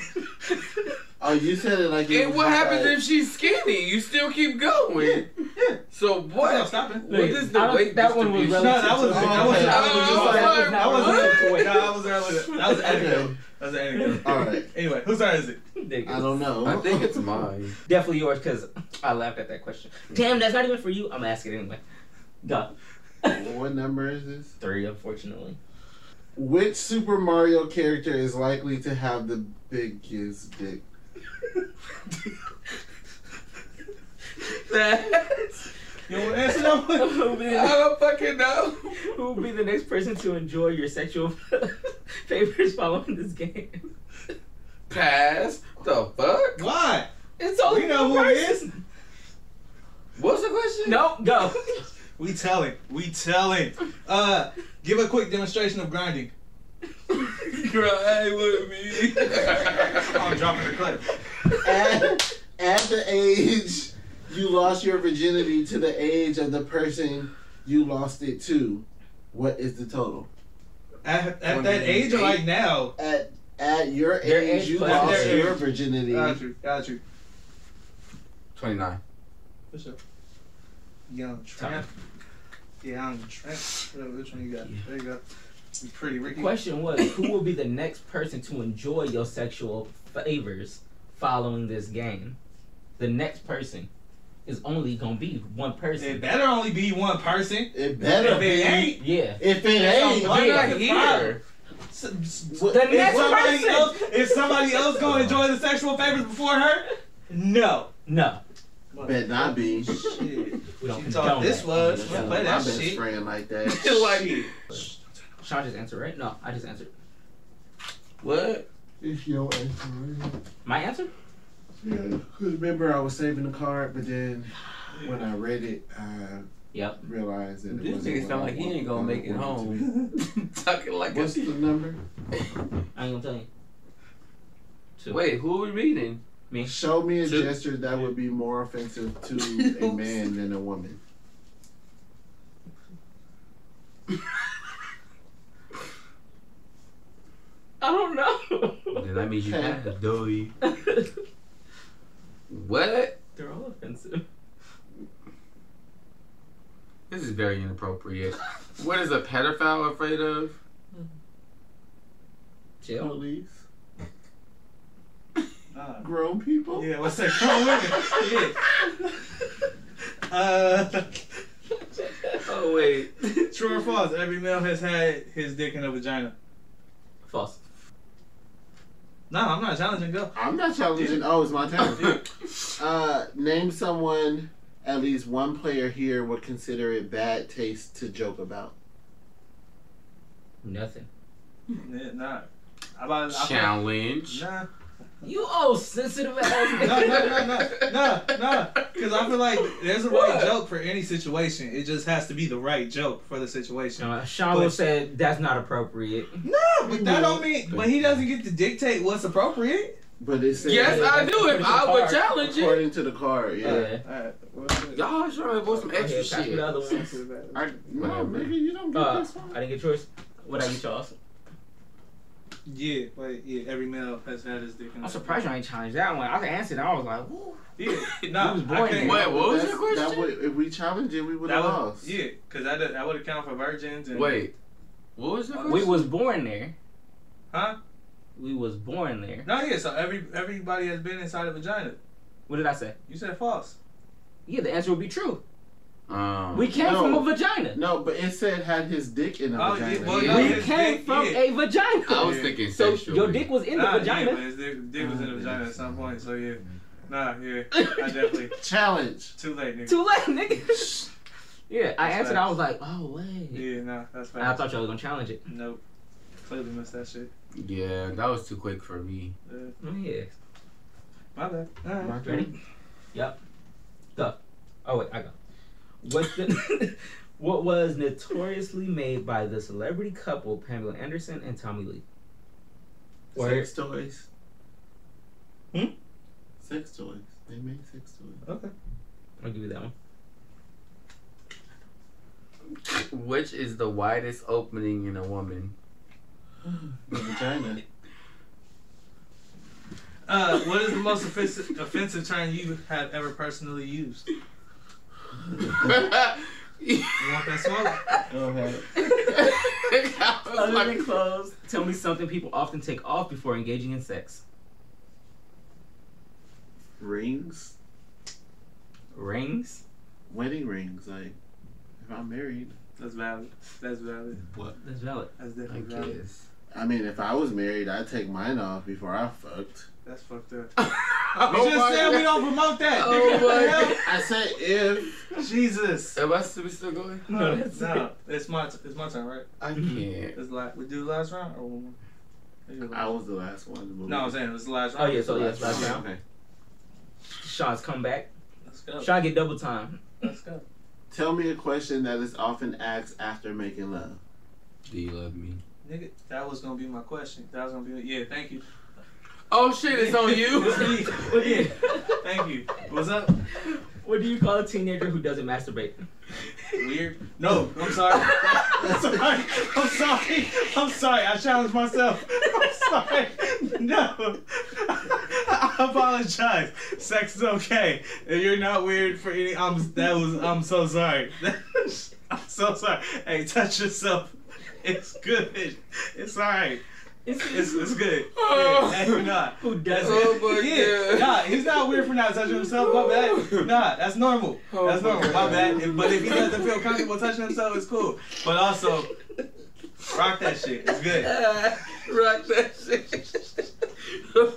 Speaker 3: Oh, you said it like. it
Speaker 1: And
Speaker 3: was
Speaker 1: what
Speaker 3: just
Speaker 1: happens
Speaker 3: like-
Speaker 1: if she's skinny? You still keep going.
Speaker 4: yeah.
Speaker 1: So what?
Speaker 4: No, stop it.
Speaker 1: What
Speaker 2: I
Speaker 1: is the
Speaker 2: don't-
Speaker 1: weight
Speaker 2: that one was
Speaker 1: distribution?
Speaker 4: <laughs> No, that was that was
Speaker 1: Oh,
Speaker 4: that was that was
Speaker 1: what?
Speaker 4: no, that was earlier. That was an anecdote. That was an anecdote.
Speaker 3: All right.
Speaker 4: Anyway, whose side is it?
Speaker 2: Nigga.
Speaker 3: I don't know.
Speaker 1: I think it's mine.
Speaker 2: Definitely yours because I laughed at that question. Damn, that's not even for you. I'm gonna ask it anyway. Duh.
Speaker 3: <laughs> what number is this?
Speaker 2: Three, unfortunately.
Speaker 3: Which Super Mario character is likely to have the biggest dick?
Speaker 2: <laughs> That. <laughs>
Speaker 4: You want to answer that
Speaker 1: <laughs>
Speaker 4: one?
Speaker 2: who, be
Speaker 1: I
Speaker 2: the,
Speaker 1: don't fucking know.
Speaker 2: who be the next person to enjoy your sexual <laughs> favors following this game?
Speaker 1: Pass the fuck.
Speaker 4: Why?
Speaker 2: It's only
Speaker 4: We know
Speaker 2: one
Speaker 4: who it
Speaker 2: person.
Speaker 1: What's the question?
Speaker 2: No, go.
Speaker 4: We telling. We telling. Uh, give a quick demonstration of grinding.
Speaker 1: Cry with me.
Speaker 4: Oh,
Speaker 2: <laughs>
Speaker 4: I'm dropping the clip.
Speaker 3: At, at the age you lost your virginity to the age of the person you lost it to, what is the total?
Speaker 4: At, at that age or like now?
Speaker 3: At at your
Speaker 2: Their
Speaker 3: age,
Speaker 2: age
Speaker 3: you
Speaker 2: plus
Speaker 3: lost
Speaker 4: their
Speaker 3: your
Speaker 4: age.
Speaker 3: virginity.
Speaker 4: Got you. Got you.
Speaker 1: Twenty nine.
Speaker 4: For sure. Young tramp. Young tramp. Whatever, Which one you got? There you go. You pretty
Speaker 2: The
Speaker 4: Ricky.
Speaker 2: question was who will be the next person to enjoy your sexual favors following this game? The next person is only gonna be one
Speaker 4: It
Speaker 2: person.
Speaker 4: better only be one person.
Speaker 3: It better
Speaker 4: If
Speaker 3: be.
Speaker 4: it ain't,
Speaker 2: Yeah.
Speaker 3: If it
Speaker 4: it's
Speaker 3: ain't,
Speaker 4: on
Speaker 1: Why
Speaker 4: one
Speaker 1: not
Speaker 4: fucking
Speaker 1: here?
Speaker 4: problem. S- s-
Speaker 3: what-
Speaker 2: The
Speaker 3: if
Speaker 2: next
Speaker 3: somebody-
Speaker 4: somebody
Speaker 2: person.
Speaker 4: else, if somebody else gonna enjoy the sexual favors before her, no.
Speaker 2: No.
Speaker 3: Bet not be.
Speaker 2: <laughs>
Speaker 4: Shit.
Speaker 2: We don't
Speaker 4: She thought
Speaker 2: condone
Speaker 4: this
Speaker 2: that.
Speaker 3: That's
Speaker 4: was. Play
Speaker 3: my
Speaker 4: that
Speaker 3: best
Speaker 4: shit.
Speaker 3: friend like
Speaker 4: <laughs>
Speaker 3: that.
Speaker 1: like
Speaker 2: Should I just answer right? No, I just answered.
Speaker 1: what?
Speaker 3: It's your answer.
Speaker 2: My answer?
Speaker 3: Yeah, 'cause remember I was saving the card, but then when I read it, I
Speaker 2: Yep.
Speaker 3: realized that it
Speaker 1: This
Speaker 3: wasn't
Speaker 1: nigga
Speaker 3: what
Speaker 1: sound
Speaker 3: I
Speaker 1: like he
Speaker 3: want-
Speaker 1: ain't gonna
Speaker 3: what I
Speaker 1: make it
Speaker 3: wanted to
Speaker 1: home. Talking
Speaker 3: be.
Speaker 1: like
Speaker 3: What's
Speaker 1: a.
Speaker 3: the number?
Speaker 2: I ain't gonna tell you. Two.
Speaker 1: Wait, who are we reading?
Speaker 3: Show me a
Speaker 1: Two.
Speaker 3: gesture that would be more offensive to a man than a woman.
Speaker 2: I don't know.
Speaker 1: Then that means you
Speaker 3: Okay.
Speaker 1: have to do What?
Speaker 2: <laughs> They're all offensive.
Speaker 1: This is very inappropriate. What is a pedophile afraid of?
Speaker 2: Chill.
Speaker 3: Police,
Speaker 4: Uh,
Speaker 3: grown people.
Speaker 4: yeah, what's that? Grown women. Yeah. Uh, <laughs>
Speaker 1: Oh wait.
Speaker 4: true or false? Every male has had his dick in a vagina.
Speaker 2: False.
Speaker 4: No, I'm not challenging. Go.
Speaker 3: I'm not challenging. Oh, it's my turn. <laughs> uh, name someone at least one player here would consider it bad taste to joke about.
Speaker 2: Nothing.
Speaker 4: Yeah, nah. I about, I about,
Speaker 1: Challenge.
Speaker 4: nah.
Speaker 2: You old sensitive <laughs>
Speaker 4: No, no,
Speaker 2: ass.
Speaker 4: no, no, no, no. Because I feel like there's a right joke for any situation. It just has to be the right joke for the situation.
Speaker 2: Uh, Sean will said that's not appropriate.
Speaker 4: No, but that don't mean. But he doesn't get to dictate what's appropriate.
Speaker 3: But it says
Speaker 1: Yes, I do. If I would challenge it,
Speaker 3: according to the card. Yeah.
Speaker 2: Yeah.
Speaker 4: Alright.
Speaker 1: y'all trying to avoid some
Speaker 2: Okay,
Speaker 1: extra
Speaker 2: pass me the
Speaker 1: shit.
Speaker 2: other one. <laughs>
Speaker 3: I, no,
Speaker 1: Whatever.
Speaker 3: nigga, you don't get
Speaker 2: Uh,
Speaker 3: this
Speaker 2: I
Speaker 3: one.
Speaker 2: didn't get yours. What I get y'all's?
Speaker 4: Yeah, but yeah, every male has had his dick. in
Speaker 2: I'm
Speaker 4: it.
Speaker 2: surprised you ain't challenged that one. I answered that. I was like, Woo.
Speaker 4: Yeah,
Speaker 2: He <laughs>
Speaker 4: nah,
Speaker 2: was
Speaker 4: I
Speaker 2: born
Speaker 4: can't.
Speaker 2: in it.
Speaker 1: Wait, what was
Speaker 3: That's-
Speaker 1: your question?
Speaker 3: That would, if we challenged it, we would
Speaker 4: That
Speaker 3: have
Speaker 4: was
Speaker 3: lost.
Speaker 4: yeah, cause that that would account for virgins and
Speaker 1: Wait, what was your question?
Speaker 2: we was born there.
Speaker 4: huh?
Speaker 2: We was born there.
Speaker 4: No, yeah. So every everybody has been inside a vagina.
Speaker 2: What did I say?
Speaker 4: You said false.
Speaker 2: Yeah, the answer would be true.
Speaker 1: um,
Speaker 2: We came
Speaker 3: No.
Speaker 2: from a vagina.
Speaker 3: No, but it said had his dick in a
Speaker 4: Oh,
Speaker 3: vagina.
Speaker 4: yeah, well,
Speaker 1: Yeah.
Speaker 4: no,
Speaker 2: We
Speaker 4: his
Speaker 2: came
Speaker 4: dick-
Speaker 2: from
Speaker 4: yeah.
Speaker 2: a vagina.
Speaker 1: I was thinking
Speaker 2: so
Speaker 1: sexual.
Speaker 2: your dick was in the
Speaker 4: Nah, Yeah, but
Speaker 2: vagina. Ah,
Speaker 4: his dick, dick was in the vagina at some point, so yeah. Nah, yeah.
Speaker 2: <laughs>
Speaker 4: I definitely.
Speaker 3: Challenge.
Speaker 4: Too late, nigga.
Speaker 2: Too late, nigga. yeah, I
Speaker 4: That's
Speaker 2: answered. I
Speaker 4: facts.
Speaker 2: was like, oh wait.
Speaker 4: Yeah, nah, that's
Speaker 2: And I
Speaker 4: fine.
Speaker 2: thought y'all was gonna challenge it.
Speaker 4: Nope. Clearly missed that shit. Uh,
Speaker 1: Yeah, that was too quick for me.
Speaker 2: Oh, Yeah.
Speaker 4: My bad. Alright.
Speaker 3: My
Speaker 2: Ready?
Speaker 3: turn.
Speaker 2: Yep. Go. Oh wait, I go. What's the <laughs> What was notoriously made by the celebrity couple Pamela Anderson and Tommy Lee? Or-
Speaker 3: Sex toys.
Speaker 2: Hmm?
Speaker 3: Sex toys. They make sex toys.
Speaker 4: Okay.
Speaker 2: I'll give you that one.
Speaker 1: Which is the widest opening in a <laughs> woman?
Speaker 3: The vagina.
Speaker 4: Uh, what is the most offensive, offensive term you have ever personally used? You want that smoke?
Speaker 3: Okay.
Speaker 1: I was like- <laughs>
Speaker 2: clothes. Tell me something people often take off before engaging in sex.
Speaker 3: Rings.
Speaker 2: Rings.
Speaker 3: Wedding rings. Like, if I'm married.
Speaker 4: That's valid. That's valid.
Speaker 3: What?
Speaker 2: That's valid.
Speaker 4: That's
Speaker 1: I
Speaker 4: definitely valid.
Speaker 1: guess.
Speaker 3: I mean, if I was married, I'd take mine off before I fucked.
Speaker 4: That's fucked up.
Speaker 1: <laughs> oh
Speaker 4: You just
Speaker 1: my
Speaker 4: said
Speaker 1: God.
Speaker 4: we don't promote that.
Speaker 1: Oh
Speaker 4: nigga. <laughs> What the
Speaker 1: my
Speaker 4: hell?
Speaker 3: I said if.
Speaker 2: <laughs>
Speaker 4: Jesus.
Speaker 1: Am I still, we still going?
Speaker 4: No,
Speaker 2: that's
Speaker 4: no, it's my t- it's my turn, right?
Speaker 1: I can't.
Speaker 4: It's like we do the last round or one more? I do the
Speaker 3: I
Speaker 4: last-
Speaker 3: was the last one. to move.
Speaker 4: No, I'm saying it's the last
Speaker 2: Oh
Speaker 4: round.
Speaker 2: yeah, so yeah, it's last round.
Speaker 3: Okay.
Speaker 2: Sean's come back.
Speaker 4: Let's go.
Speaker 2: Sean get double <laughs> time.
Speaker 4: Let's go.
Speaker 3: Tell me a question that is often asked after making love.
Speaker 1: Do you love me?
Speaker 4: Nigga, that was gonna be my question. That was gonna be yeah. Thank you.
Speaker 1: Oh shit, it's on you.
Speaker 4: It's me. yeah. Thank you. What's up?
Speaker 2: What do you call a teenager who doesn't masturbate?
Speaker 4: Weird. No, I'm sorry. I'm sorry. I'm sorry. I'm sorry. I challenged myself. I'm sorry. No. I apologize. Sex is okay. If you're not weird for any, I'm that was. I'm so sorry. <laughs> I'm so sorry. Hey, touch yourself. It's good. It's alright. It's, it's good. Yeah, hey, you're not.
Speaker 2: who doesn't?
Speaker 1: Oh my God.
Speaker 4: yeah. Nah, he's not weird for not touching himself.
Speaker 1: <laughs>
Speaker 4: My bad. Nah, that's normal.
Speaker 1: Oh
Speaker 4: that's
Speaker 1: my
Speaker 4: normal.
Speaker 1: God.
Speaker 4: My bad. If- But if he
Speaker 1: <laughs>
Speaker 4: doesn't feel comfortable touching himself, it's cool. But also, rock that shit.
Speaker 2: <laughs>
Speaker 4: It's good. Hey,
Speaker 1: rock that shit.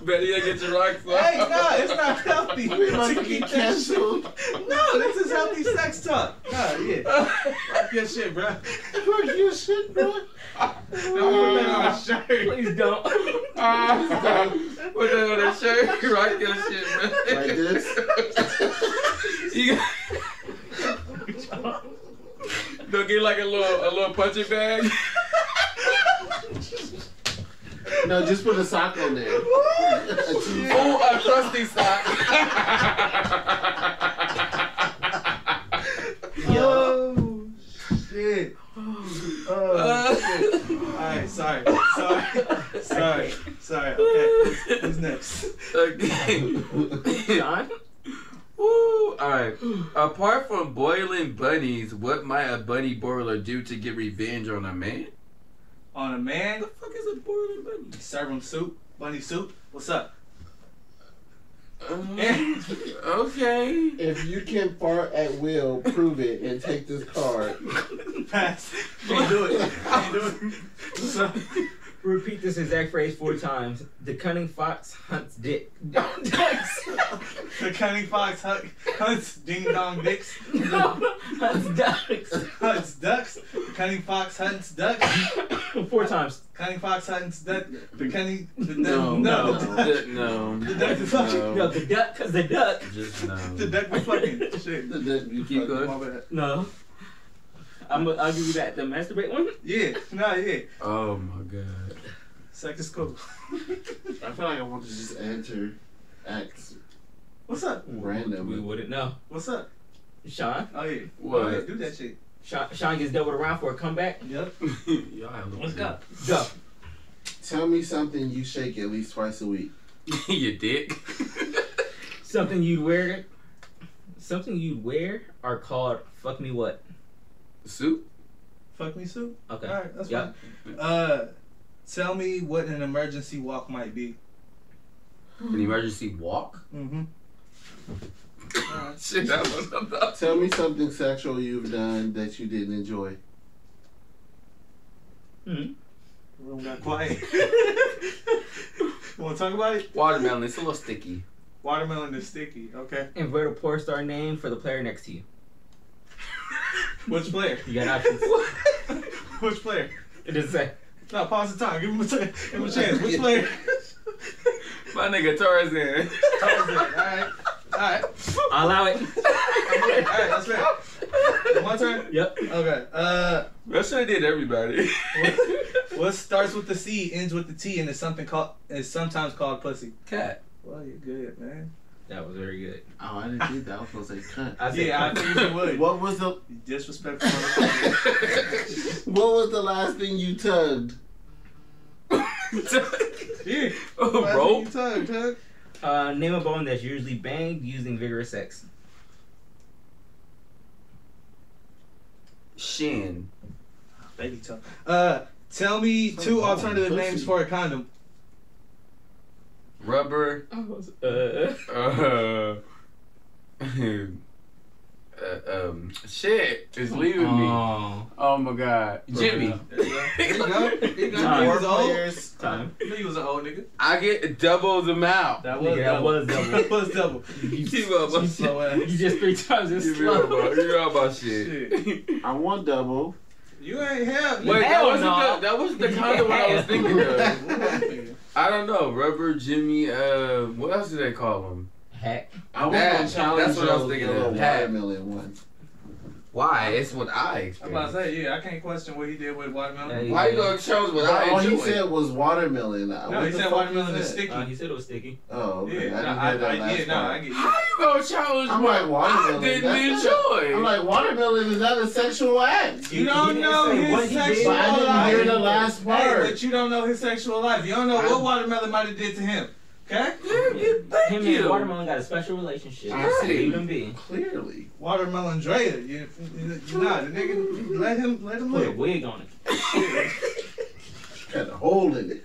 Speaker 1: Better yet, get your rocks off.
Speaker 4: nah, it's not healthy.
Speaker 3: We about to
Speaker 4: to
Speaker 3: get
Speaker 4: keep that shit.
Speaker 3: canceled.
Speaker 4: No, this is healthy sex talk. Nah,
Speaker 1: <laughs>
Speaker 4: yeah. Rock your shit, bro.
Speaker 3: Fuck your shit, bro.
Speaker 4: Don't put
Speaker 1: Oh,
Speaker 4: that on my <laughs> shirt.
Speaker 2: Please <laughs> don't.
Speaker 1: Ah, Put that on that
Speaker 2: <laughs>
Speaker 1: shirt. Rock your shit, man.
Speaker 3: <laughs> Like this?
Speaker 1: You got- Don't get like a little a little punching <laughs> bag.
Speaker 3: No, just put a sock on there. A two-
Speaker 1: Oh, a crusty <laughs> sock. <laughs>
Speaker 4: Yo. Shit.
Speaker 1: Uh.
Speaker 4: Oh, shit.
Speaker 1: <laughs>
Speaker 4: Alright, sorry. Sorry. Sorry. Sorry. Okay. Who's next?
Speaker 1: <laughs> okay.
Speaker 2: Sean?
Speaker 1: Woo! All right. Apart from boiling bunnies, what might a bunny boiler do to get revenge on a man?
Speaker 4: On a man,
Speaker 1: The fuck is a boiling bunny?
Speaker 4: serve him soup, bunny soup. What's up?
Speaker 1: Um, <laughs> okay.
Speaker 3: If you can fart at will, prove it and take <laughs> this card.
Speaker 4: Pass. Can't do it. Can't do it. What's up?
Speaker 2: <laughs> Repeat this exact phrase four times. The cunning fox hunts dick. <laughs> No, <laughs> ducks.
Speaker 4: The cunning fox huck, hunts ding dong dicks,
Speaker 2: no, hunts ducks.
Speaker 4: hunts ducks. The cunning fox hunts ducks.
Speaker 2: four times.
Speaker 4: Cunning fox hunts duck. The cunning. The,
Speaker 1: No,
Speaker 4: no,
Speaker 1: no,
Speaker 4: the duck-
Speaker 1: the- Um, no.
Speaker 4: The duck is fucking-
Speaker 2: No, the duck, cause the duck.
Speaker 1: Just no.
Speaker 4: The duck was fucking shit.
Speaker 3: The dick be
Speaker 1: Keep
Speaker 3: fucking-
Speaker 1: going.
Speaker 4: My bad.
Speaker 2: No. I'm, I'll give you that. The masturbate one.
Speaker 4: Yeah, no, yeah.
Speaker 1: Oh my god.
Speaker 4: Sex is cool.
Speaker 3: I feel like I want to just answer X
Speaker 4: <laughs> What's up?
Speaker 2: We
Speaker 3: random.
Speaker 2: wouldn't know.
Speaker 4: What's up?
Speaker 2: Sean.
Speaker 4: Oh yeah.
Speaker 1: What?
Speaker 4: Oh, yeah, do that shit.
Speaker 2: Sean, Sean gets doubled around for a comeback.
Speaker 4: Yep.
Speaker 1: <laughs> Y'all have a
Speaker 4: Let's go.
Speaker 1: <laughs>
Speaker 2: Go.
Speaker 3: Tell me something you shake at least twice a week.
Speaker 1: Your
Speaker 4: <laughs>
Speaker 1: dick.
Speaker 2: Something you'd wear. Something you'd wear are called fuck me what.
Speaker 1: Soup.
Speaker 4: Fuck me soup.
Speaker 2: Okay.
Speaker 4: All right, that's
Speaker 2: Yep.
Speaker 4: fine. Uh, tell me what an emergency walk might be.
Speaker 1: An emergency walk.
Speaker 4: Mm-hmm.
Speaker 1: Shit, that was about.
Speaker 3: Tell me something sexual you've done that you didn't enjoy.
Speaker 2: Hmm.
Speaker 4: Room <laughs> got quiet. Want to talk about it?
Speaker 1: Watermelon. It's a little sticky.
Speaker 4: Watermelon is sticky. Okay.
Speaker 2: Invert a porn star name for the player next to you.
Speaker 4: Which player?
Speaker 2: You got options.
Speaker 4: <laughs> Which player?
Speaker 2: It doesn't
Speaker 4: <laughs>
Speaker 2: say.
Speaker 4: No, pause the time. Give him a, t- give him a chance. Which
Speaker 2: <laughs>
Speaker 4: player?
Speaker 1: My nigga Tarzan. <laughs>
Speaker 4: All right. All right.
Speaker 2: I'll allow
Speaker 4: <laughs>
Speaker 2: it.
Speaker 4: All right. That's fair. My turn.
Speaker 2: Yep.
Speaker 4: Okay. Uh,
Speaker 1: That's what I did. Everybody.
Speaker 4: what, what starts with the C, ends with the T, and is something called is sometimes called pussy.
Speaker 1: Cat.
Speaker 4: Well, you're good, man.
Speaker 2: That was very good.
Speaker 3: Oh, I didn't think that. I was gonna say cunt.
Speaker 2: I said
Speaker 4: Yeah, I
Speaker 2: cunt.
Speaker 4: figured you would.
Speaker 3: What was the
Speaker 4: <laughs>
Speaker 3: <laughs>
Speaker 4: You Disrespectful. motherfucker.
Speaker 3: What was the last thing you tugged?
Speaker 4: yeah.
Speaker 1: oh, rope.
Speaker 4: Time, Doug.
Speaker 2: uh, name a bone that's usually banged using vigorous sex.
Speaker 1: Shin.
Speaker 4: Baby toe. Uh, tell me two
Speaker 3: Oh,
Speaker 4: alternative
Speaker 3: pussy.
Speaker 4: names for a condom.
Speaker 1: Rubber.
Speaker 2: Uh,
Speaker 1: Uh. <laughs> uh um. Shit is leaving me.
Speaker 2: oh.
Speaker 1: Oh my god. Jimmy.
Speaker 4: There you go. <laughs> There you go. There you go.
Speaker 2: Nah,
Speaker 4: I knew he
Speaker 2: four
Speaker 4: was old.
Speaker 2: Time.
Speaker 4: I knew he was an old nigga.
Speaker 1: I get double the amount. <laughs>
Speaker 4: That
Speaker 2: was double.
Speaker 4: <laughs>
Speaker 2: <laughs>
Speaker 4: that was <laughs> double.
Speaker 1: Keep up, bro.
Speaker 4: You slow
Speaker 2: You
Speaker 4: ass.
Speaker 2: just three times as
Speaker 1: You real about,
Speaker 2: slow.
Speaker 1: you real about shit.
Speaker 3: I want double.
Speaker 4: You ain't have. <laughs>
Speaker 1: Wait, that
Speaker 2: Hell
Speaker 1: wasn't
Speaker 2: no.
Speaker 1: the that wasn't the kind of one I was thinking of.
Speaker 4: <laughs> I
Speaker 1: I don't know. Rubber Jimmy. Uh, what else do they call him?
Speaker 2: Heck.
Speaker 3: I want
Speaker 1: That-
Speaker 3: to challenge
Speaker 1: that's what I was
Speaker 3: Joe's
Speaker 1: thinking
Speaker 3: little
Speaker 1: of. That.
Speaker 3: watermelon one.
Speaker 1: Why? It's what I
Speaker 4: am about
Speaker 1: experienced.
Speaker 4: to say, yeah, I can't question what he did with watermelon.
Speaker 2: Hey.
Speaker 1: Why you gonna choose what I
Speaker 3: All he
Speaker 1: enjoy?
Speaker 3: said was watermelon. No,
Speaker 4: No, he said watermelon is sticky.
Speaker 2: Uh, he said it was sticky.
Speaker 3: Oh, okay. I
Speaker 4: yeah, no,
Speaker 3: didn't
Speaker 4: I,
Speaker 3: hear that
Speaker 4: I,
Speaker 3: last
Speaker 4: yeah, no, I
Speaker 3: part.
Speaker 4: get
Speaker 1: How
Speaker 4: you.
Speaker 1: you gonna challenge
Speaker 3: I'm
Speaker 1: what
Speaker 3: like, watermelon,
Speaker 1: I didn't
Speaker 3: that's
Speaker 1: enjoy?
Speaker 3: I'm like, watermelon is not a sexual act.
Speaker 4: You don't
Speaker 2: He didn't
Speaker 4: know
Speaker 2: say what
Speaker 4: his
Speaker 2: he did.
Speaker 4: sexual
Speaker 3: But I didn't
Speaker 4: life.
Speaker 3: hear the last
Speaker 4: Hey,
Speaker 3: part.
Speaker 4: but you don't know his sexual life. You don't know what watermelon might have did to him. Okay?
Speaker 1: Yeah, you- thank
Speaker 2: Him
Speaker 1: you.
Speaker 3: <laughs>
Speaker 2: and Watermelon got a special relationship.
Speaker 3: Right.
Speaker 2: Leave him be.
Speaker 3: Clearly.
Speaker 4: Watermelon Drea. You, you, you- nah, the nigga, let him, let him
Speaker 2: Put a
Speaker 4: live.
Speaker 2: wig on it.
Speaker 3: Got a hole in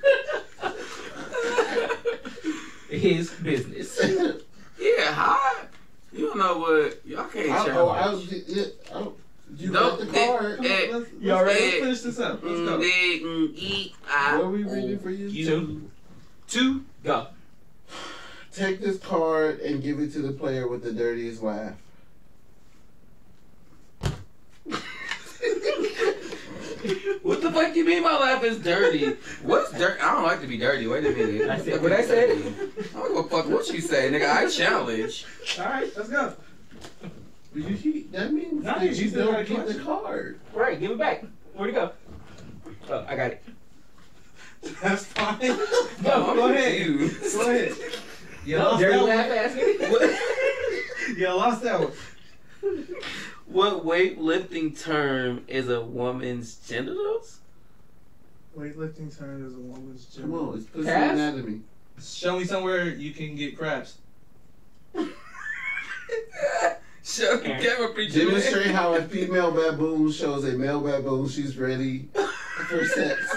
Speaker 2: His business.
Speaker 3: <laughs> it.
Speaker 1: yeah, hi. You don't know what y'all can't
Speaker 3: I,
Speaker 1: challenge.
Speaker 3: oh, I was. It, I, don't- you
Speaker 1: Nope,
Speaker 3: got the
Speaker 1: it-
Speaker 3: card.
Speaker 1: it-
Speaker 4: Let's, let's,
Speaker 1: You all right?
Speaker 4: let's finish this up. Let's
Speaker 1: Mm,
Speaker 4: go.
Speaker 1: eh, mm, eat,
Speaker 3: what
Speaker 1: ah,
Speaker 3: are we reading for you?
Speaker 2: You
Speaker 1: Two.
Speaker 2: go.
Speaker 3: Take this card and give it to the player with the dirtiest laugh.
Speaker 1: What the fuck you mean my laugh is dirty? What's dirty? I don't like to be dirty. Wait a minute.
Speaker 2: I said-
Speaker 1: what I said? I don't give a fuck what you say, nigga. I challenge.
Speaker 4: All right, let's go.
Speaker 3: You, he, that means
Speaker 4: No,
Speaker 3: that
Speaker 4: you
Speaker 3: you
Speaker 4: still
Speaker 3: don't
Speaker 4: gotta
Speaker 3: get the
Speaker 4: question.
Speaker 3: card.
Speaker 2: Right, give it back. Where'd it go? Oh, I got it.
Speaker 4: <laughs> That's fine.
Speaker 1: No,
Speaker 4: Go,
Speaker 1: I'm
Speaker 4: go ahead.
Speaker 1: confused.
Speaker 4: Go ahead.
Speaker 1: <laughs>
Speaker 4: You
Speaker 2: No,
Speaker 4: lost
Speaker 2: dirty
Speaker 4: that
Speaker 2: laugh
Speaker 4: one.
Speaker 2: ass nigga.
Speaker 4: You lost that one.
Speaker 1: What weightlifting term is a woman's genitals?
Speaker 4: Weightlifting turn is a woman's
Speaker 3: Come on, it's pussy
Speaker 2: Pass?
Speaker 3: anatomy.
Speaker 4: Show me somewhere you can get crabs.
Speaker 1: Show the camera preacher. man.
Speaker 3: Demonstrate how a female baboon shows a male baboon she's ready for
Speaker 1: <laughs>
Speaker 3: sex.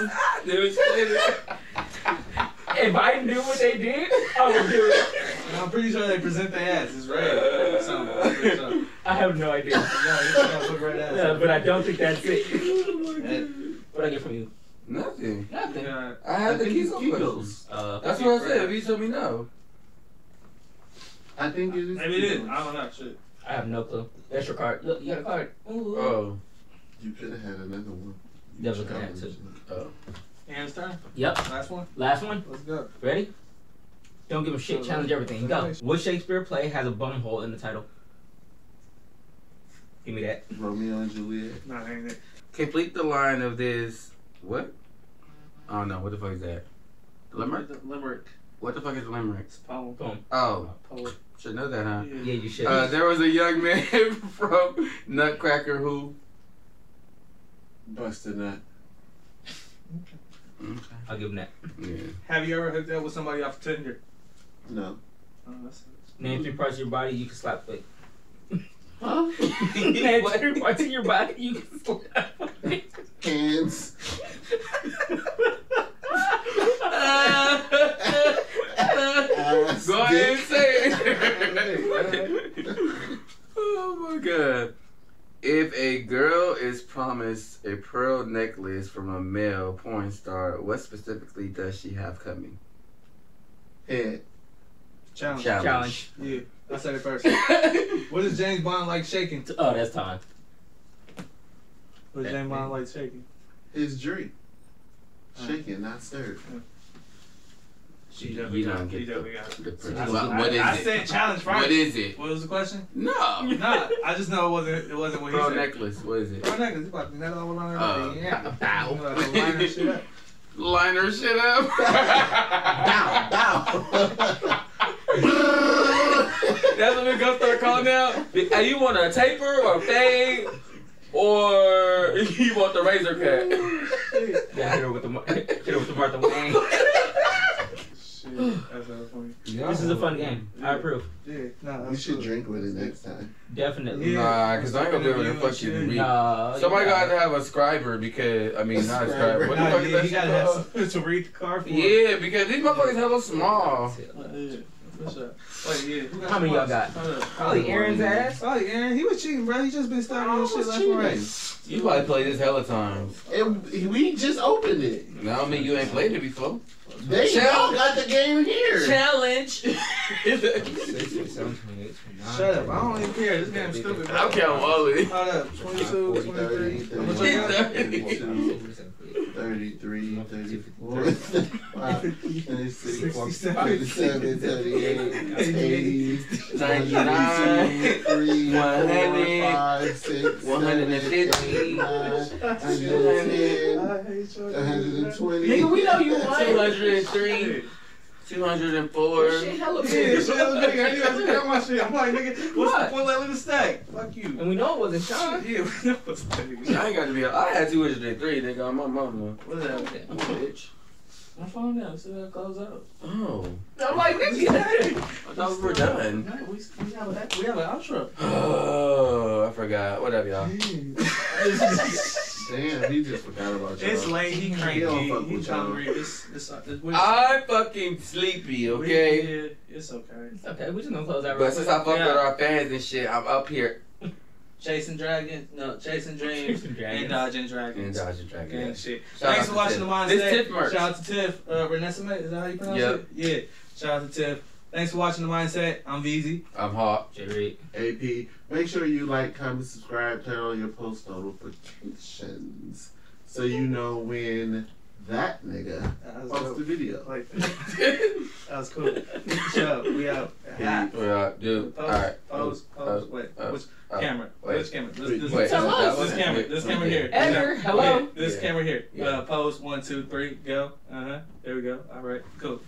Speaker 1: Demonstrate it.
Speaker 2: <laughs> If I knew what they did, I would do it.
Speaker 4: And I'm pretty sure they present their ass. It's red. So, I'm pretty sure. You
Speaker 2: I have no idea.
Speaker 4: gotta- you gotta look right at it.
Speaker 2: Yeah, but I don't think that's it.
Speaker 4: Yeah.
Speaker 2: What I get from you?
Speaker 1: Nothing.
Speaker 2: Nothing.
Speaker 4: Yeah.
Speaker 1: I
Speaker 3: I
Speaker 1: had the
Speaker 3: think it's
Speaker 1: Kiko question.
Speaker 3: Kegels.
Speaker 2: Uh,
Speaker 1: That's what I said. If you told me no,
Speaker 3: I think it is.
Speaker 4: Maybe it is.
Speaker 3: Kegels.
Speaker 4: I don't know. Shit.
Speaker 2: I have no clue. That's your card. Look, you got a card. Uh, Ooh.
Speaker 1: oh,
Speaker 3: You could have had another one.
Speaker 2: Yeah, look at that, too.
Speaker 4: Hands turn.
Speaker 2: Yep.
Speaker 4: Last one.
Speaker 2: Last one.
Speaker 7: Let's go.
Speaker 2: Ready? Don't give a shit. Challenge everything. Go. What Shakespeare play has a bumhole in the title? Give me that.
Speaker 3: Romeo and Juliet.
Speaker 4: Not hanging it.
Speaker 1: complete the line of this. What? I don't know. What the fuck is that? Limerick.
Speaker 4: Limerick.
Speaker 1: What the fuck is limerick?
Speaker 4: It's a poem.
Speaker 2: Boom.
Speaker 1: Oh,
Speaker 4: Poet.
Speaker 1: should know that, huh?
Speaker 2: Yeah, you should.
Speaker 1: Uh, there was a young man <laughs> from Nutcracker who.
Speaker 3: Busted nut.
Speaker 2: I'll give him that.
Speaker 1: Yeah.
Speaker 4: Have you ever hooked up with somebody off Tinder?
Speaker 3: No.
Speaker 4: Oh, that's
Speaker 7: <laughs>
Speaker 2: Name three parts of your body you can slap with.
Speaker 3: Huh?
Speaker 2: <laughs>
Speaker 1: <laughs>
Speaker 2: Name three parts of your body you can slap <laughs> with.
Speaker 3: Hands. Ass.
Speaker 1: Go ahead and
Speaker 3: dick.
Speaker 1: say
Speaker 3: <laughs>
Speaker 1: it. <laughs> oh my god. If a girl is promised a pearl necklace from a male porn star, what specifically does she have coming?
Speaker 3: Head.
Speaker 4: Challenge.
Speaker 2: Challenge.
Speaker 4: Yeah. I said it first.
Speaker 1: Challenge.
Speaker 4: What is James Bond like shaking?
Speaker 2: <laughs> Oh, that's time.
Speaker 4: What is James Bond like shaking?
Speaker 3: His drink. Shaken, not stirred.
Speaker 4: She
Speaker 1: You don't get
Speaker 4: definitely got it.
Speaker 1: the person.
Speaker 4: I,
Speaker 1: What- what is
Speaker 4: I
Speaker 1: it?
Speaker 4: said challenge first.
Speaker 1: What is it?
Speaker 4: What was the question?
Speaker 1: No.
Speaker 4: nah, I just know it wasn't. It wasn't what
Speaker 1: <laughs>
Speaker 4: he
Speaker 1: Pearl
Speaker 4: said.
Speaker 1: necklace. What is it?
Speaker 4: Bro, niggas, you about to nut all on
Speaker 1: Uh,
Speaker 4: everything. yeah.
Speaker 2: bow.
Speaker 4: You know, that's a line of shit up.
Speaker 1: Line her shit up.
Speaker 3: Bow,
Speaker 4: <laughs>
Speaker 3: <laughs> bow.
Speaker 1: That's what we gonna start calling out. Are you want a taper or a fade, or <laughs> you want the razor cut?
Speaker 2: Yeah, hit her with the Mar- hit her with the Martha Wayne.
Speaker 4: Shit, that's so funny.
Speaker 2: This is a fun game. I approve.
Speaker 4: Yeah, nah,
Speaker 3: We should drink with it next time.
Speaker 2: Definitely.
Speaker 4: Yeah.
Speaker 1: Nah, cause I ain't gonna be able to
Speaker 4: Yeah.
Speaker 1: fucking read.
Speaker 2: No.
Speaker 1: Somebody gotta have a scriber because I mean not a scriber. What the
Speaker 4: Nah,
Speaker 1: fuck
Speaker 4: yeah, you
Speaker 1: is that
Speaker 4: gotta
Speaker 1: shit
Speaker 4: have
Speaker 1: called?
Speaker 4: something <laughs> to read the car for.
Speaker 1: Yeah, because these motherfuckers hella small.
Speaker 4: Yeah, for sure. Wait, Oh, yeah. who got
Speaker 2: How many
Speaker 4: the
Speaker 2: y'all
Speaker 4: points?
Speaker 2: got? Oh,
Speaker 4: Hold up.
Speaker 2: Probably Aaron's ass.
Speaker 4: Probably Aaron. He was cheating, bro. He just been starting
Speaker 3: Oh,
Speaker 4: this shit left and right.
Speaker 1: You probably played this hella times.
Speaker 3: It, we just opened it.
Speaker 1: No, I mean you ain't played it before.
Speaker 3: They all got the game here.
Speaker 1: Challenge.
Speaker 4: Shut up. I don't even care. This game's stupid.
Speaker 1: <laughs>
Speaker 4: bro.
Speaker 1: I'm counting all of it.
Speaker 4: Hold up. 22, 23. How much I got?
Speaker 3: 32, 33, 34, 35, 36, 37, 38, 80,
Speaker 1: 99,
Speaker 3: 3,
Speaker 1: 100,
Speaker 3: 5, 6,
Speaker 1: 150.
Speaker 3: 110,
Speaker 4: I hate you.
Speaker 3: 120.
Speaker 2: Nigga, we know you lying.
Speaker 1: 203, 204.
Speaker 2: hella
Speaker 4: Yeah, shit, nigga. <laughs> I knew I got my shit. I'm like, nigga, what's the
Speaker 2: What?
Speaker 4: point of the stack? Fuck you.
Speaker 2: And we know it wasn't Sean.
Speaker 4: Yeah, <laughs> what's that nigga?
Speaker 1: I ain't got to be. I had 203, nigga, on my mama.
Speaker 4: What's that?
Speaker 1: Bitch.
Speaker 4: My phone now. See that close <laughs> out.
Speaker 1: Oh.
Speaker 2: I'm like, nigga.
Speaker 1: I thought we were done. <sighs>
Speaker 4: No, we, we have a we have an outro.
Speaker 1: Oh, I forgot. Whatever, y'all.
Speaker 3: Damn, he just forgot about you.
Speaker 4: It's late. He
Speaker 3: He don't
Speaker 4: cranky.
Speaker 3: fuck
Speaker 4: He
Speaker 3: with
Speaker 4: trying to
Speaker 3: y'all.
Speaker 4: read. It's it's, it's, we-
Speaker 1: I'm fucking sleepy,
Speaker 4: we-
Speaker 1: Ah, okay?
Speaker 4: yeah, it's okay.
Speaker 2: <laughs> okay, we just gonna close that real
Speaker 1: But since I
Speaker 2: quick.
Speaker 1: fucked with our fans and shit, I'm up here
Speaker 4: Chasing dragons. No, chasing dreams
Speaker 2: Chasing Dragons.
Speaker 4: and dodging
Speaker 1: in
Speaker 4: dragons.
Speaker 1: Dodger Dragon.
Speaker 4: And shit.
Speaker 1: Shout out
Speaker 4: Thanks
Speaker 1: to
Speaker 4: for watching
Speaker 1: Tiff.
Speaker 4: the Mind
Speaker 1: This
Speaker 4: State.
Speaker 1: Tiff merch.
Speaker 4: Shout out to Tiff. Uh, Renessa, is that how you pronounce
Speaker 1: Yep.
Speaker 4: it? Yeah. Shout out to Tiff. Thanks for watching the Mindset. I'm VZ.
Speaker 1: I'm hot.
Speaker 2: Jerry.
Speaker 3: AP, make sure you like, comment, subscribe, turn on your post notifications so you know when that nigga
Speaker 4: That was
Speaker 3: posts the
Speaker 4: dope.
Speaker 3: video.
Speaker 4: Like, that was cool. Shout out. We out.
Speaker 3: Yeah.
Speaker 1: Yeah, dude.
Speaker 4: Pose,
Speaker 1: All right.
Speaker 4: pose, pose. Wait,
Speaker 1: uh,
Speaker 4: which
Speaker 1: uh,
Speaker 4: camera?
Speaker 1: wait.
Speaker 4: Which camera? This,
Speaker 3: Wait,
Speaker 4: this,
Speaker 1: Wait,
Speaker 4: this,
Speaker 2: Tell us.
Speaker 1: that wasn't
Speaker 4: camera.
Speaker 1: it.
Speaker 4: This camera
Speaker 1: Okay.
Speaker 4: here.
Speaker 2: Edgar,
Speaker 4: Yeah.
Speaker 2: hello.
Speaker 4: Yeah, this
Speaker 1: Yeah.
Speaker 4: camera here.
Speaker 1: Yeah.
Speaker 4: Uh, pose one, two, three, Uh-huh. go. Uh huh. There we go. All right. Cool.